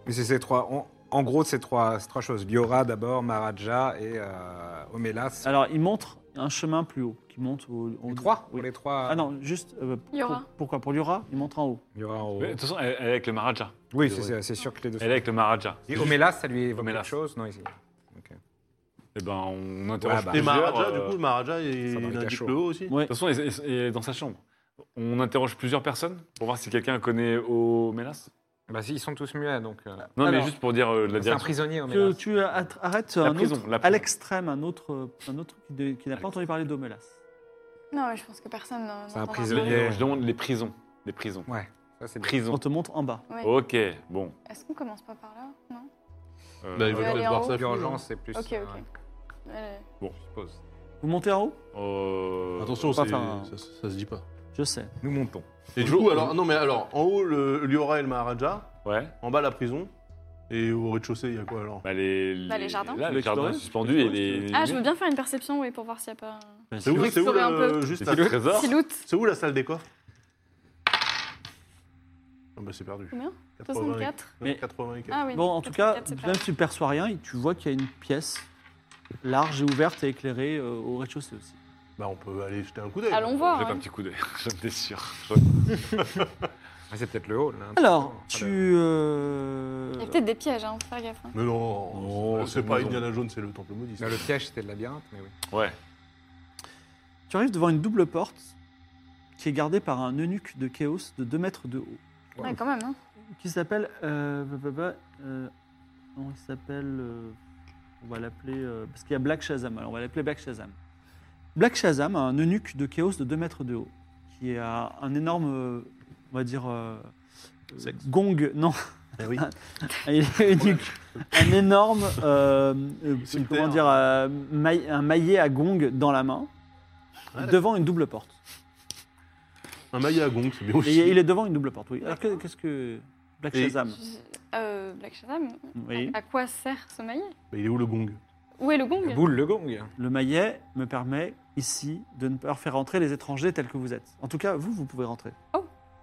Mais c'est ces trois. on- en gros, c'est trois, c'est trois choses. Diora d'abord, Maharaja et euh, Omelas. alors il montre un chemin plus haut qui monte au. au- les trois Ah, oui. Pour les trois. Ah non, juste. euh, pour- Yora. pourquoi Pour Liora, il montre en haut. Diora Oh. en haut. mais de toute façon, elle, elle est avec le Maharaja. Oui, c'est- c'est c'est sûr que les deux. Elle est avec le Maharaja. Et Omelas, ça lui évoque Omelas. quelque chose Non, ici. Et ben, on interroge Ouais, bah. Et plusieurs. Maharaja, euh, du coup, le Maharaja, ça il doit être indique chaud. le haut De aussi toute façon, elle elle- elle est dans sa chambre. On interroge plusieurs personnes pour voir si quelqu'un connaît Omelas. Bah, si, ils sont tous muets, donc. euh, Non, Alors. mais juste pour dire euh, de la c'est un direction. prisonnier, Que Omelas. tu a- arrêtes La un prison, autre, la à prison. l'extrême, un autre, euh, un autre qui, de- qui n'a pas entendu parler d'Omelas. Non, ouais, je pense que personne. n'en C'est un entendra prisonnier. parler. Je je demande les prisons. Les prisons. Ouais, ça c'est bien. On Prison. te montre en bas. Ouais. Ok, bon. Est-ce qu'on commence pas par là Non Euh, Bah, il va On va peut-être aller en voir haut. sa fille, hein. L'urgence, c'est plus. Ok, euh, ok. Allez. Bon, je suppose. Vous montez en haut Euh, Attention, Enfin, c'est- un- ça, ça se dit pas. Je sais. Nous montons. Et du Je- coup, euh, alors, non mais alors, en haut, le Liora et le Maharaja, Ouais. en bas, la prison, et au rez-de-chaussée, il y a quoi alors Bah, les, Bah, les jardins. Là, les L'explorer. jardins suspendus et les. Ah, je veux bien faire une perception, oui, pour voir s'il n'y a pas. un- Parce C'est où, que- c'est où, explorer le- un peu. juste C'est le la- trésor. Si loot c'est où la salle des coffres Ah bah c'est perdu. Combien 80 et- 64 Mais- 80 et quelques. Ah oui. Bon, en tout cas, 84, c'est pas même si tu perçois rien, tu vois qu'il y a une pièce large et ouverte et éclairée euh, au rez-de-chaussée aussi. Bah on peut aller jeter un coup d'œil. Allons voir. hein. Jette ouais. un petit coup d'œil. J'en étais sûr. Ah, c'est peut-être le hall. Ah, bah, là. Alors, Enfin, tu... le- euh, Il y a peut-être des pièges, hein, faut faire gaffe. hein. Mais non, Non, c'est c'est pas maison. Indiana Jones, c'est le temple maudit. ça. Non, bah, le piège, c'était le labyrinthe, mais oui. Ouais. tu arrives devant une double porte qui est gardée par un eunuque de chaos de 2 mètres de haut, Ouais, quand même, hein. qui s'appelle... euh, bah, bah, bah, euh, comment il s'appelle euh, On va l'appeler... euh, parce qu'il y a Black Shazam, alors on va l'appeler Black Shazam. Black Shazam, un eunuque de chaos de 2 mètres de haut, qui a un énorme, euh, on va dire... euh, euh, Sexe. Gong, non, Eh oui. Il a une- un énorme, euh, euh, Cimetière. comment dire, euh, maille- un maillet à gong dans la main, Ouais. devant une double porte. Un maillot à gong, c'est bien aussi. Et il est devant une double porte, oui. Alors que- qu'est-ce que Black Et- Shazam. Euh, Black Shazam, Oui. à quoi sert ce maillet Mais il est où le gong Où est le gong Boule le gong. Le maillet me permet ici de ne pas faire rentrer les étrangers tels que vous êtes. En tout cas, vous, vous pouvez rentrer.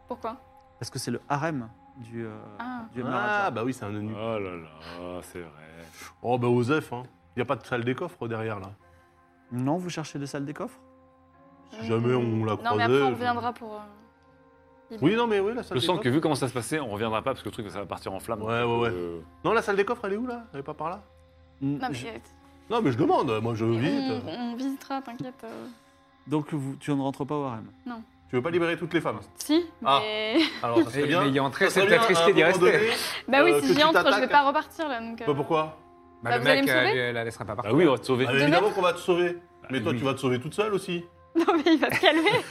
Pourquoi Parce que c'est le harem du, euh, Ah. du Maharaja. Ah, bah oui, c'est un Oh eunuque. là là, c'est vrai. Oh, bah Osef, hein. Il n'y a pas de salle des coffres euh, derrière, là. Non, vous cherchez des salles des coffres Si jamais on la croisait. Non, mais après, on je- reviendra pour. euh, il- Oui, non, mais oui, la salle Je des sens que coffres. vu comment ça se passait, on reviendra pas parce que le truc ça va partir en flamme. Ouais, ouais, ouais. Euh, Non, la salle des coffres, elle est où, là Elle est pas par là Mm, Non, mais je- euh, Non, mais je demande, moi je visite. on, on visitera, t'inquiète. euh. Donc vous, tu ne rentres pas au harem. Tu veux pas libérer toutes les femmes Si, Ah. mais. Alors, ça Et, serait bien. mais y entrer, Ça serait c'est bien, la à un tristesse d'y moment rester. donné- Bah oui, Euh, que si tu j'y entre, je vais t'attaques. pas repartir là. Donc, euh, Bah, pourquoi Bah, Bah, le vous allez mec, me sauver elle, elle la laissera pas partir. Ah oui, on va te sauver. Ah, Demain- Évidemment qu'on va te sauver. Bah, Mais Ah, toi, oui. tu vas te sauver toute seule aussi. Non, mais il va se calmer.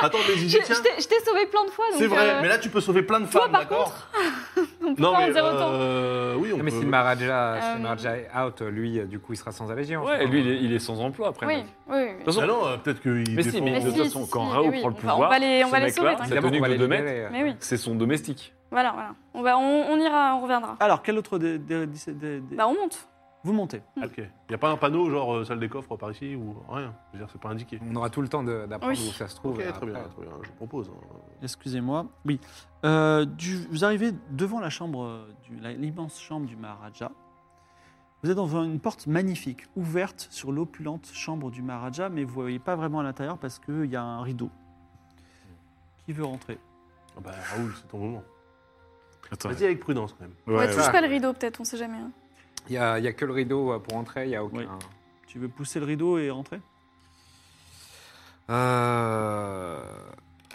Attends, les Ah, Je- Égyptiens, je t'ai- je t'ai sauvé plein de fois. donc, c'est vrai. euh, Mais là, tu peux sauver plein de toi, femmes, par d'accord on peut Non, pas en mais. dire autant. euh, Oui, on Non, mais si peut. le Maharaja, si Euh, le Maharaja est out, lui, euh, du coup, il sera sans allégeance. Ouais, lui, il est, il est sans emploi après. Oui, mec. De oui, oui. toute façon, Ah non, euh, peut-être qu'il mais si, défend. mais Mais de toute si, façon, si, quand si, Raoul mais oui, prend le on va- on pouvoir, va les- on ce va les mec-là, sauver, hein. t'inquiète. cette tenue on va que les de mettre, libérer. Mais oui, c'est son domestique. voilà, voilà. On, va, on, on ira, on reviendra. Alors, quel autre des- des- des- des- des- Bah, on monte. Vous montez. Ok. Il n'y a pas un panneau, genre euh, salle des coffres par ici ou rien. Je veux dire, c'est pas indiqué. euh, On aura tout le temps de- d'apprendre Oui. où ça se trouve. Ok, et très bien, après- très bien, je propose. hein. Excusez-moi. Oui. Euh, du- vous arrivez devant la chambre, euh, du- la- l'immense chambre du Maharaja. Vous êtes devant une porte magnifique, ouverte sur l'opulente chambre du Maharaja, mais vous ne voyez pas vraiment à l'intérieur parce qu'il y a un rideau. Qui veut rentrer Ah bah, Raoul, c'est ton moment. Attends. Vas-y avec prudence quand même. On Ouais, touche ouais. pas le rideau, peut-être, on sait jamais. hein. Il n'y a, il y a que le rideau euh, pour entrer, il n'y a aucun. Oui. Tu veux pousser le rideau et rentrer Euh,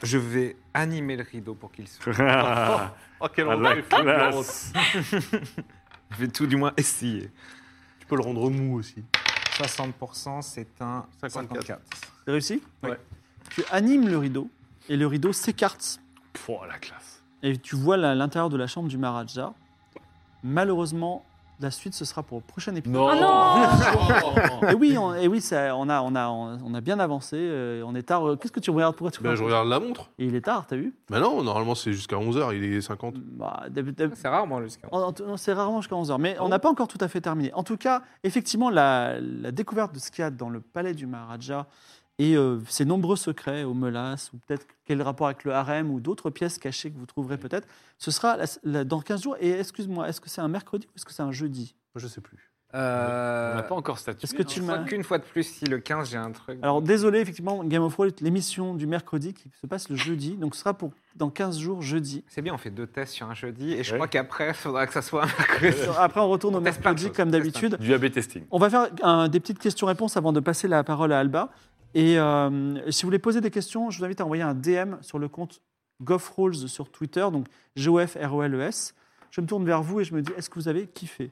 Je vais animer le rideau pour qu'il se. Oh, quel Ah, la endroit classe. Je vais tout du moins essayer. Tu peux le rendre mou aussi. 60%, c'est un 54. 54. C'est réussi Oui. Tu animes le rideau et le rideau s'écarte Pouah, Oh, la classe. et tu vois la- l'intérieur de la chambre du Maharaja. Malheureusement, la suite ce sera pour le prochain épisode. Oh, Oh. Non. Ah non Et oui, on, et oui ça- on, a, on, a, on a bien avancé. euh, on est tard. Euh, Qu'est-ce que tu regardes Pourquoi tu Ben, je regarde la montre. Et Il est tard, t'as vu Bah non, normalement c'est jusqu'à 11h, il est 50. Bah, d'hab- d'hab- C'est rare, moi, jusqu'à. en- en tout- non, C'est rarement jusqu'à 11h. Mais Oh. on n'a pas encore tout à fait terminé. En tout cas, effectivement, la, la découverte de ce qu'il y a dans le palais du Maharaja et euh, ses nombreux secrets aux melas, ou peut-être quel rapport avec le harem, ou d'autres pièces cachées que vous trouverez peut-être, ce sera la- la- dans 15 jours. Et excuse-moi, est-ce que c'est un mercredi ou est-ce que c'est un jeudi Je sais plus. On Euh... n'a pas encore statué. Est-ce que tu hein. je m'as. crois qu'une fois de plus, si le 15, j'ai un truc. Alors désolé, effectivement, Game of Thrones, l'émission du mercredi qui se passe le jeudi, donc ce sera pour dans 15 jours jeudi. C'est bien, on fait deux tests sur un jeudi, et je Ouais. crois qu'après, il faudra que ça soit un mercredi. Après, on retourne au On teste plein de mercredi choses, comme on teste d'habitude. Du AB testing. On va faire un- des petites questions-réponses avant de passer la parole à Alba. Et euh, si vous voulez poser des questions, je vous invite à envoyer un DM sur le compte GoffRolls sur Twitter, donc G-O-F-R-O-L-E-S. E Je me tourne vers vous et je me dis, est-ce que vous avez kiffé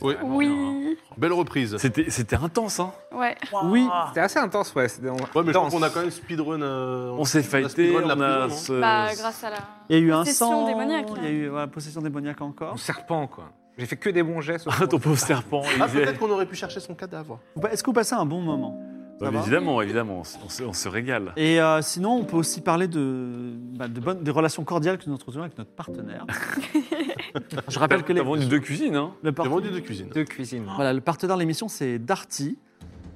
Oui. Vraiment bien, hein. Oui, Belle reprise. C'était c'était intense, hein. ouais. Oui, C'était assez intense, ouais. c'était- on- Ouais, mais je crois dense. qu'on a quand même speedrun. euh, On s'est fighté, speedrun de la on a prison, non ce- Bah, grâce à la. il y a eu un Possession sang, démoniaque, il y là. a eu voilà, possession démoniaque encore. Mon serpent, quoi. J'ai fait que des bons gestes. Ah, ton pauvre serpent. il Ah, disait- peut-être qu'on aurait pu chercher son cadavre. Est-ce que vous passez un bon moment Ça Bah, va évidemment, évidemment, on, se- on se, on se régale. Et euh, sinon, on peut aussi parler de, bah, de bonnes, des relations cordiales que nous entretenons avec notre partenaire. Je rappelle que les, T'as vendu deux cuisines, hein le, J'ai par- vendu de cuisine. De cuisine. voilà, le partenaire de l'émission, c'est Darty,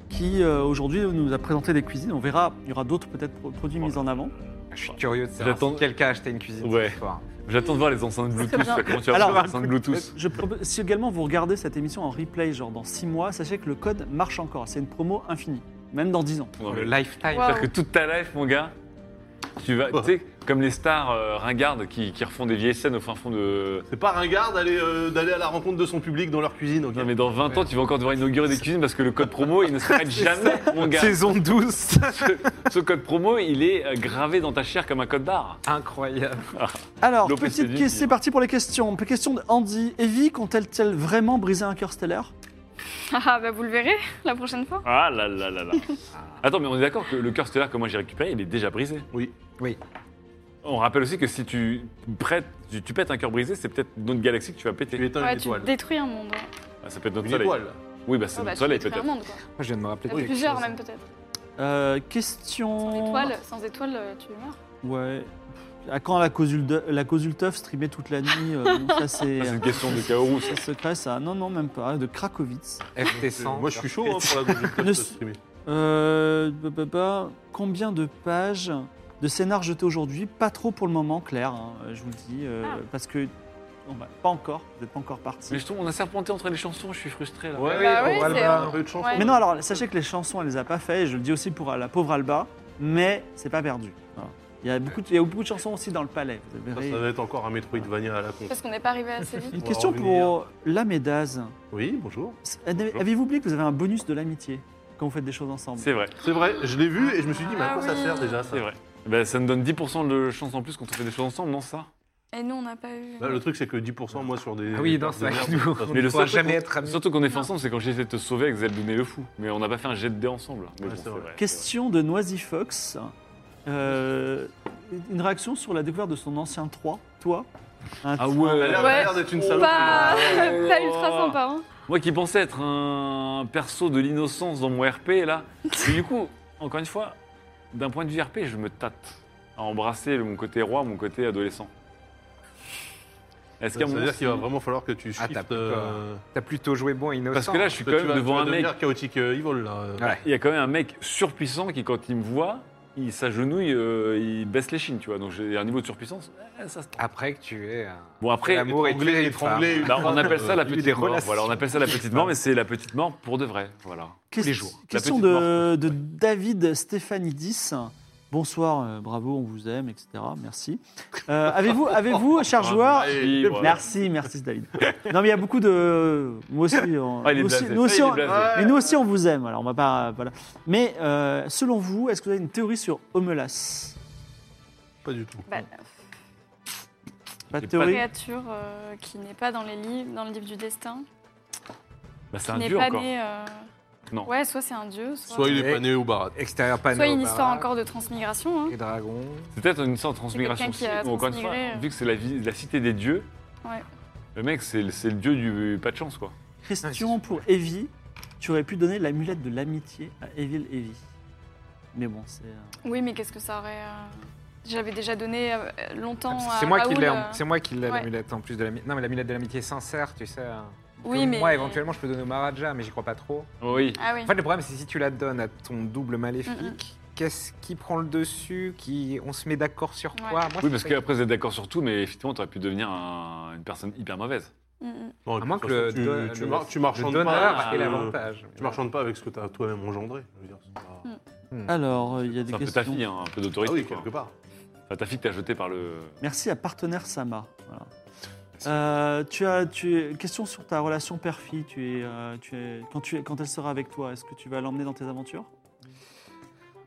qui euh, aujourd'hui nous a présenté des cuisines. On verra, il y aura d'autres peut-être pro- produits mis en avant. Je suis curieux de savoir J'attends- si quelqu'un a acheté une cuisine Ouais. ce soir. J'attends de voir les enceintes serait Bluetooth. bien. là, Comment tu vas Alors, voir les enceintes Bluetooth Je propo- si également vous regardez cette émission en replay, genre dans 6 mois, sachez que le code marche encore. C'est une promo infinie, même dans 10 ans. Non, mais Le lifetime. Wow. C'est-à-dire que toute ta life, mon gars, tu Bah. vas, tu sais, comme les stars euh, ringardes qui, qui refont des vieilles scènes au fin fond de. C'est pas ringard d'aller euh, d'aller à la rencontre de son public dans leur cuisine. ok Non, mais dans 20 ans, tu vas encore devoir inaugurer des cuisines parce que le code promo, il ne s'arrête jamais, mon gars. Saison 12. Ce, ce code promo, il est euh, gravé dans ta chair comme un code barre. Incroyable. Alors, Lopez petite Céline, question, c'est dis-moi. parti pour les questions. Question de Andy. Evie, compte-t-elle vraiment briser un cœur stellaire Ah, bah, vous le verrez la prochaine fois. Ah là là là là. Ah. Attends, mais on est d'accord que le cœur stellaire que moi j'ai récupéré, il est déjà brisé. Oui. Oui. On rappelle aussi que si tu, prêtes, tu, tu pètes un cœur brisé, c'est peut-être notre galaxie que tu vas péter. Tu éteins Ouais, une tu étoile. détruis un monde. hein. Ouais, Ah, ça peut être notre Une soleil. étoile. Oui, bah c'est Ah, bah, notre tu soleil détruis un peut-être. monde, quoi. Ah, Je viens de me rappeler T'as de quelque plusieurs, chose. même, peut-être. Euh, Question. Sans étoile, sans étoile, euh, tu meurs. Ouais. À quand la Cosulteuf la Cosulteuf streamait toute la nuit euh, bon, Ça, c'est C'est une question de Kaoru. ça. c'est secret, ça. Non, non, même pas. De Krakowitz. FT100. Moi, je suis chaud hein, pour la Google Plus Ne- de streamer. Euh, bah, bah, bah, combien de pages de scénar jetés aujourd'hui Pas trop pour le moment, Claire, hein, je vous le dis. euh, Ah. Parce que. non, bah, pas encore, vous n'êtes pas encore parti. Mais je trouve, on a serpenté entre les chansons, je suis frustré là. Ouais, Bah on oui, va le c'est- voir. Pas eu de chance. Ouais. Mais non, alors sachez que les chansons, elle les a pas fait, et je le dis aussi pour euh, la pauvre Alba, mais c'est pas perdu. Voilà. Il y, a beaucoup de, il y a beaucoup de chansons aussi dans le palais, vous Ça, verrez. ça va être encore un Metroidvania à la con. Parce qu'on n'est pas arrivé assez vite. Une va question revenir. pour la Médase. Oui, bonjour. Avez- Avez-vous euh, oublié que vous avez un bonus de l'amitié quand vous faites des choses ensemble C'est vrai, C'est vrai, je l'ai vu et je me suis dit, mais à Ah quoi ça oui. sert déjà ça c'est vrai. Ben, ça nous donne 10% de chance en plus quand on fait des choses ensemble, non ça Et nous, on n'a pas eu. Bah, Le truc, c'est que 10% moi sur des. Ah oui, non, des c'est vrai merdes, que nous, de on toute façon, ne le pourra seul- jamais Ah, être amis. Surtout qu'on est fait ensemble, c'est quand j'ai essayé de te sauver avec Zeldouné le fou. Mais on n'a pas fait un jet de dés ensemble. Mais Ouais, bon, c'est c'est vrai. vrai. Question de Noisy Fox. Euh, une réaction sur la découverte de son ancien 3, toi Un Ah t- ouais, Elle a l'air- elle a l'air d'être une salope. euh, Pas, Oh. pas ultra sympa. Hein. Moi qui pensais être un perso de l'innocence dans mon RP, là. Mais du coup, encore une fois, d'un point de vue RP, je me tâte à embrasser mon côté roi, mon côté adolescent. Est-ce Ça qu'à un veut moment. dire qu'il va vraiment falloir que tu Ah, t'as shiftes. plus peur. euh, T'as plutôt joué bon et innocent. Parce que là, je suis toi, quand tu même vas- devant un Tu vas mec. devenir chaotique euh, evil là. euh. Ouais. Il y a quand même un mec surpuissant qui, quand il me voit, il s'agenouille, euh, il baisse les chines, tu vois. Donc j'ai un niveau de surpuissance. eh, ça se tente. Après que tu es. euh, Bon, après, L'amour est étranglé, tué, étranglé. bah, on appelle ça la Il y a eu petite des mort. relations. Voilà, on appelle ça la petite mort, mais c'est la petite mort pour de vrai. Voilà. Quest- les jours. La Question petite de, de David Stéphanidis. Bonsoir, euh, bravo, on vous aime, etc. Merci. Euh, avez-vous, Oh, avez-vous, cher joueur, Libre. Merci, merci David. Non, mais il y a beaucoup de. Moi aussi, on- Ah, il est nous, aussi blasé. nous aussi, Ah, il on- est blasé. mais nous aussi, on vous aime. Alors, on va pas. Voilà. Mais euh, selon vous, est-ce que vous avez une théorie sur Omelas Pas du tout. Bah, Pas de J'ai pas théorie. créature euh, qui n'est pas dans les livres, dans le livre du destin, Bah, c'est qui un n'est dieu pas encore. née. euh, Non. Ouais, soit c'est un dieu, soit, Soit il est Et- pas né au barat. Extérieur panneau. soit une histoire baraque, encore de transmigration. Hein. Et dragon. C'est peut-être une sorte de transmigration. C'est quelqu'un qui a aussi. Encore une fois, transmigré. euh. vu que c'est la, vie- la cité des dieux, Ouais. le mec, c'est le c'est le dieu du pas de chance, quoi. Question pour Evie. Tu aurais pu donner l'amulette de l'amitié à Evil Evie. Mais bon, c'est. euh, Oui, mais qu'est-ce que ça aurait. euh, J'avais déjà donné euh, longtemps à. Ah, C'est moi qui Raoul, l'ai. euh, en- C'est moi qui l'ai ouais. l'amulette en plus de l'amitié. Non, mais l'amulette de l'amitié sincère, tu sais. euh, Oui, que mais- Moi, éventuellement, je peux donner au Maharaja, mais j'y crois pas trop. Oui. Ah oui. En fait, le problème, c'est si tu la donnes à ton double maléfique, Mm, mm. qu'est-ce qui prend le dessus qui... On se met d'accord sur Ouais. quoi Moi, Oui, c'est parce pas- qu'après, vous êtes d'accord sur tout, mais effectivement, t'aurais pu devenir un- une personne hyper mauvaise. Mm, mm. Non, et À puis, moins de que toute le, façon, tu- don- tu, le- mar- tu le marchandes donneur pas. ait euh, l'avantage. Tu marchandes pas avec ce que t'as toi-même engendré. je veux dire, c'est pas- Mm. Alors, euh, il y a des C'est un peu questions. ta fille, hein, un peu Ah d'autorité. oui, quoi. quelque part. Enfin, ta fille que t'as jetée par le. Merci à partenaire Sama. Voilà. Euh, tu as, tu es- question sur ta relation père-fille. Tu es, euh, tu es, quand, tu es, quand elle sera avec toi, est-ce que tu vas l'emmener dans tes aventures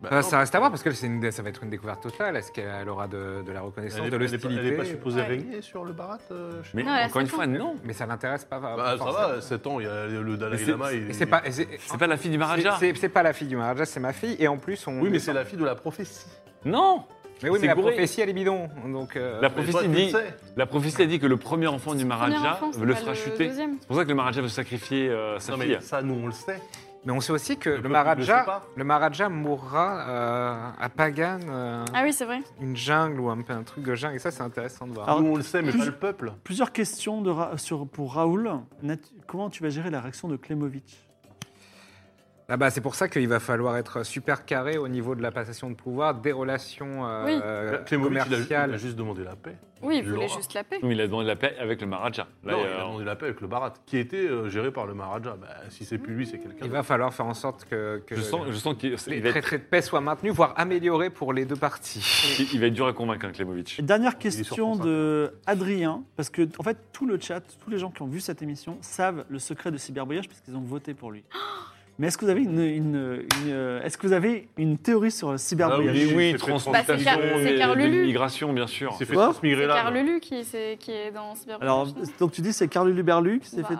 Bah, Euh, non, ça reste à voir parce que c'est une- ça va être une découverte totale. Est-ce qu'elle aura de, de la reconnaissance, Elle de est- elle est pas- l'hostilité Elle est pas supposée Ouais. régner sur le barat euh, je sais Mais Non, elle a encore une sept ans. fois, non. Mais ça l'intéresse pas. pas pas. Bah, ça forcément. va, 7 ans, il y a le Mais Dalai c'est- Lama. il Et est- C'est pas, et c'est- C'est pas la fille du c'est- Maharaja. c'est- c'est pas la fille du Maharaja, c'est ma fille. Et en plus, on. Oui, mais c'est la fille de la prophétie. Non Mais oui, c'est mais la bourré. prophétie, elle est bidon. Donc. euh, La Mais prophétie toi, tu le dit. sais. La prophétie a dit que le premier enfant du Premier Maharaja enfant, c'est le pas fera chuter. C'est deuxième. pour ça que le Maharaja veut sacrifier euh, sa Non, fille. mais ça, nous, on le sait. Mais on sait aussi que Le le, peuple le sait Maharaja, pas. le Maharaja mourra euh, à Pagan, euh, Ah oui, c'est vrai. une jungle ou un, peu un truc de jungle. Et ça, c'est intéressant de voir. Ah, Alors, Nous, on le sait, mais plus- pas le peuple. Plusieurs questions de Ra- sur, pour Raoul. Nat- comment tu vas gérer la réaction de Klemovic Ah bah, c'est pour ça qu'il va falloir être super carré au niveau de la passation de pouvoir, des relations euh, Oui. euh, Clémovitch, il a- il a commerciales. juste demandé la paix. Oui, il voulait Laura. juste la paix. Mais il a demandé la paix avec le Maharaja. Là, non, il y il a- a demandé la paix avec le Barat, qui était euh, géré par le Maharaja. Bah, si c'est plus lui, c'est quelqu'un. Il d'autre. va falloir faire en sorte que, que Je sens, je sens qu'il les il va, être- traités de paix soient maintenus, voire améliorés pour les deux parties. il- il va être dur à convaincre, hein, Klemovic. Et Dernière est sur question France de Adrien, parce que en fait tout le chat, tous les gens qui ont vu cette émission savent le secret de Cyberbrillage parce qu'ils ont voté pour lui. Mais est-ce que vous avez une, une- une, euh, est-ce que vous avez une théorie sur le Ah Cyberbrillage Mais oui, c'est fait transmutation, Bah, c'est Car- c'est et- Carlulu. de l'immigration, bien sûr. Il s'est fait Quoi transmigrer C'est là. Carl Lulu qui, c'est- qui est dans Cyber. Alors donc tu dis c'est Carl Luberlu qui s'est Bah. fait.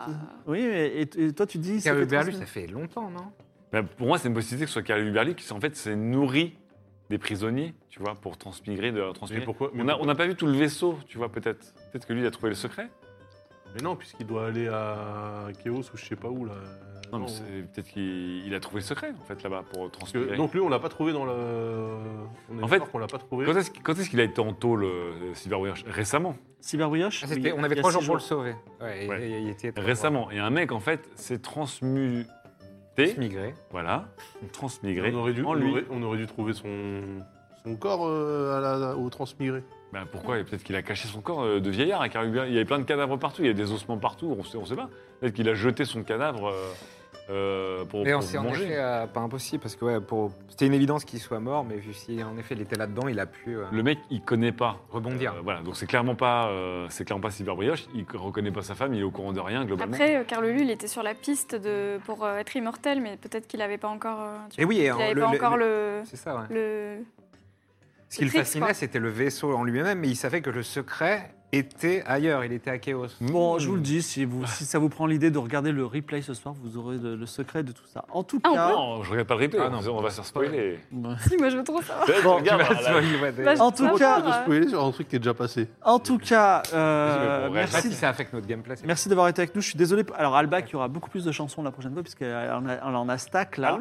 Oui, mais- et, et toi tu dis. c'est Car le fait Berlu, transmettre. ça fait longtemps, non Bah, pour moi, c'est une possibilité que ce soit Carl Berli qui, en fait, s'est nourri des prisonniers, tu vois, pour transmigrer. De, Mais transmigrer. pourquoi mais On n'a on pourquoi- n'a pas vu tout le vaisseau, tu vois, peut-être. Peut-être que lui, il a trouvé le secret. Mais non, puisqu'il doit aller à Chaos ou je sais pas où là. Non, mais Non. c'est peut-être qu'il il a trouvé le secret, en fait, là-bas, pour Parce que- transférer. donc lui, on l'a pas trouvé dans le. On est En en fait, fait, qu'on l'a pas trouvé. Quand est-ce quand est-ce qu'il a été en tôle, euh, Cyberwatch Récemment. Cyberbrioche Ah, oui, c'était- on il y avait a trois six jours pour le sauver. Ouais, il- Ouais. il- il était- Récemment. Et un mec, en fait, s'est transmuté. Migré. Voilà. Transmigré. on aurait dû, en on lui. aurait, on aurait dû trouver son son corps euh, à la- au transmigré. Bah, pourquoi Et Peut-être qu'il a caché son corps euh, de vieillard. hein, car il y avait plein de cadavres partout. Il y a des ossements partout. On sait, on sait pas. Peut-être qu'il a jeté son cadavre euh, euh, pour, Mais on pour s'est en effet manger. euh, pas impossible parce que ouais, pour... c'était une évidence qu'il soit mort, mais vu si en effet il était là-dedans, il a pu euh, Le mec, il connaît pas. rebondir. Euh, voilà, donc c'est clairement pas, euh, c'est clairement pas Cyberbrioche. Il reconnaît pas sa femme, il est au courant de rien globalement. Après, euh, Carlolu, il était sur la piste de, pour euh, être immortel, mais peut-être qu'il n'avait pas encore, euh, tu et oui, et, vois, euh, il avait pas encore le, C'est ça, ouais. le... Ce qui le Tricks, fascinait, quoi. c'était le vaisseau en lui-même, mais il savait que le secret était ailleurs, il était à Chaos. Bon, Hmm. je vous le dis, si, vous, si ça vous prend l'idée de regarder le replay ce soir, vous aurez le, le secret de tout ça. En tout Ah, on cas, Non, je regarde pas le replay. Ah non. on va se faire spoiler. Si, moi, je veux trop savoir. Peut-être, Bon, regarde, Tu vas- Ah là, tu vas y voir des- Bah, je- en tout Ah, cas, ouais. De spoiler sur un truc qui est déjà passé. en tout cas, euh, Mais bon, on reste- Je sais pas merci, si ça affecte notre gameplay. c'est- merci d'avoir été avec nous. Je suis désolé. pour- Alors Alba, qui aura beaucoup plus de chansons la prochaine fois puisqu'elle en a, elle en a stack là.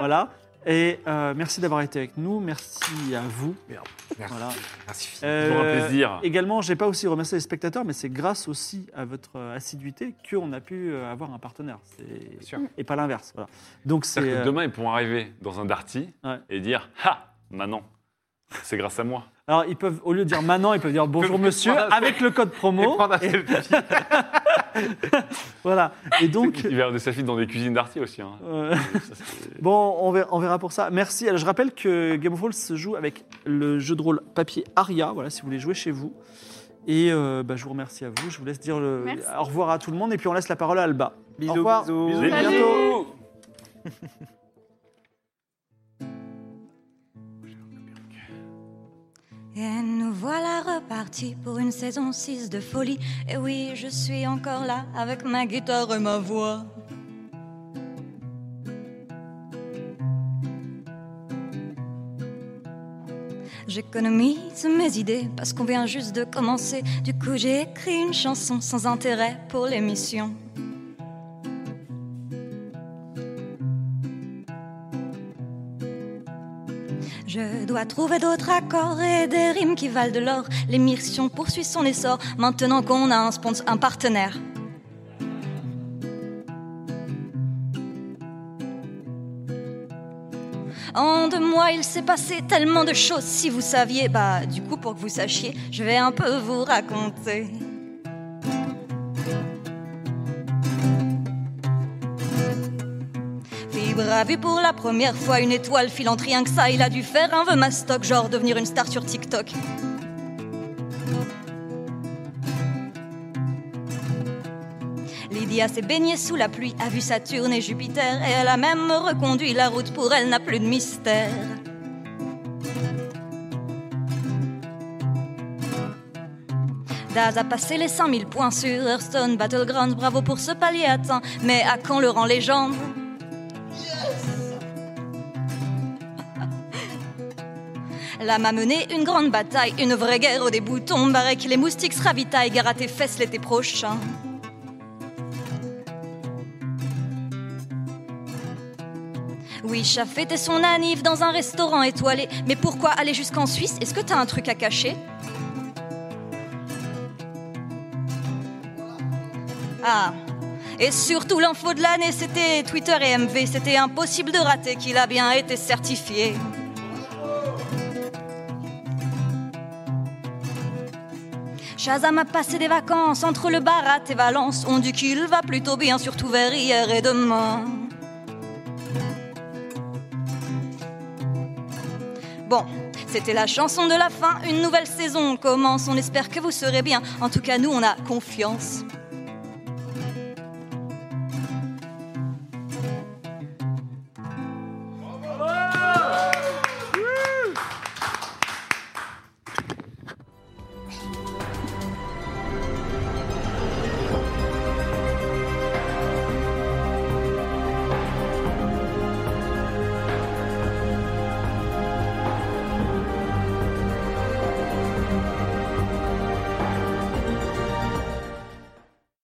voilà. Et euh, merci d'avoir été avec nous. Merci à vous. Merci. Voilà. Merci. Philippe. toujours un Euh, plaisir. Également, j'ai pas aussi remercié les spectateurs, mais c'est grâce aussi à votre euh, assiduité qu'on a pu euh, avoir un partenaire. C'est- sûr. Et pas l'inverse. Voilà. Donc c'est. C'est-à-dire que euh, demain, ils pourront arriver dans un Darty Ouais. et dire Ha Maintenant, c'est grâce à moi. Alors ils peuvent, au lieu de dire maintenant, ils peuvent dire bonjour peuvent monsieur prendre un- avec le code promo. Et prendre un Et- selfie. voilà. Et donc. Il va y avoir des selfies dans des cuisines Darty aussi. hein. euh, bon, on verra, on verra pour ça. Merci. Alors, je rappelle que Game of Thrones se joue avec le jeu de rôle papier Aria. Voilà, si vous voulez jouer chez vous. Et euh, bah, je vous remercie à vous. Je vous laisse dire le... Merci. au revoir à tout le monde et puis on laisse la parole à Alba. Bisous, au revoir. bisous. Bisous, Salut. à bientôt. Et nous voilà repartis pour une saison 6 de folie. Et oui, je suis encore là avec ma guitare et ma voix. J'économise mes idées parce qu'on vient juste de commencer. Du coup, j'ai écrit une chanson sans intérêt pour l'émission. Je dois trouver d'autres accords et des rimes qui valent de l'or. L'émission poursuit son essor maintenant qu'on a un sponsor, un partenaire. En deux mois, il s'est passé tellement de choses. Si vous saviez, bah, du coup, pour que vous sachiez, je vais un peu vous raconter. Fibre a vu pour la première fois une étoile filante, rien que ça, il a dû faire un vœu mastoc, genre devenir une star sur TikTok. Lydia s'est baignée sous la pluie, a vu Saturne et Jupiter, et elle a même reconduit la route pour elle, n'a plus de mystère. Daz a passé les 5000 points sur Hearthstone Battlegrounds, bravo pour ce palier atteint, mais à quand le rang légende L'âme a mené une grande bataille, une vraie guerre aux des boutons. Barek, les moustiques se ravitaillent, gare à tes fesses l'été prochain. Wish a fêté son anniv dans un restaurant étoilé. Mais pourquoi aller jusqu'en Suisse Est-ce que t'as un truc à cacher Ah et surtout, l'info de l'année, c'était Twitter et MV. C'était impossible de rater qu'il a bien été certifié. Shazam a passé des vacances entre le Barat et Valence. On dit qu'il va plutôt bien, surtout vers hier et demain. Bon, c'était la chanson de la fin. Une nouvelle saison commence. On espère que vous serez bien. En tout cas, nous, on a confiance.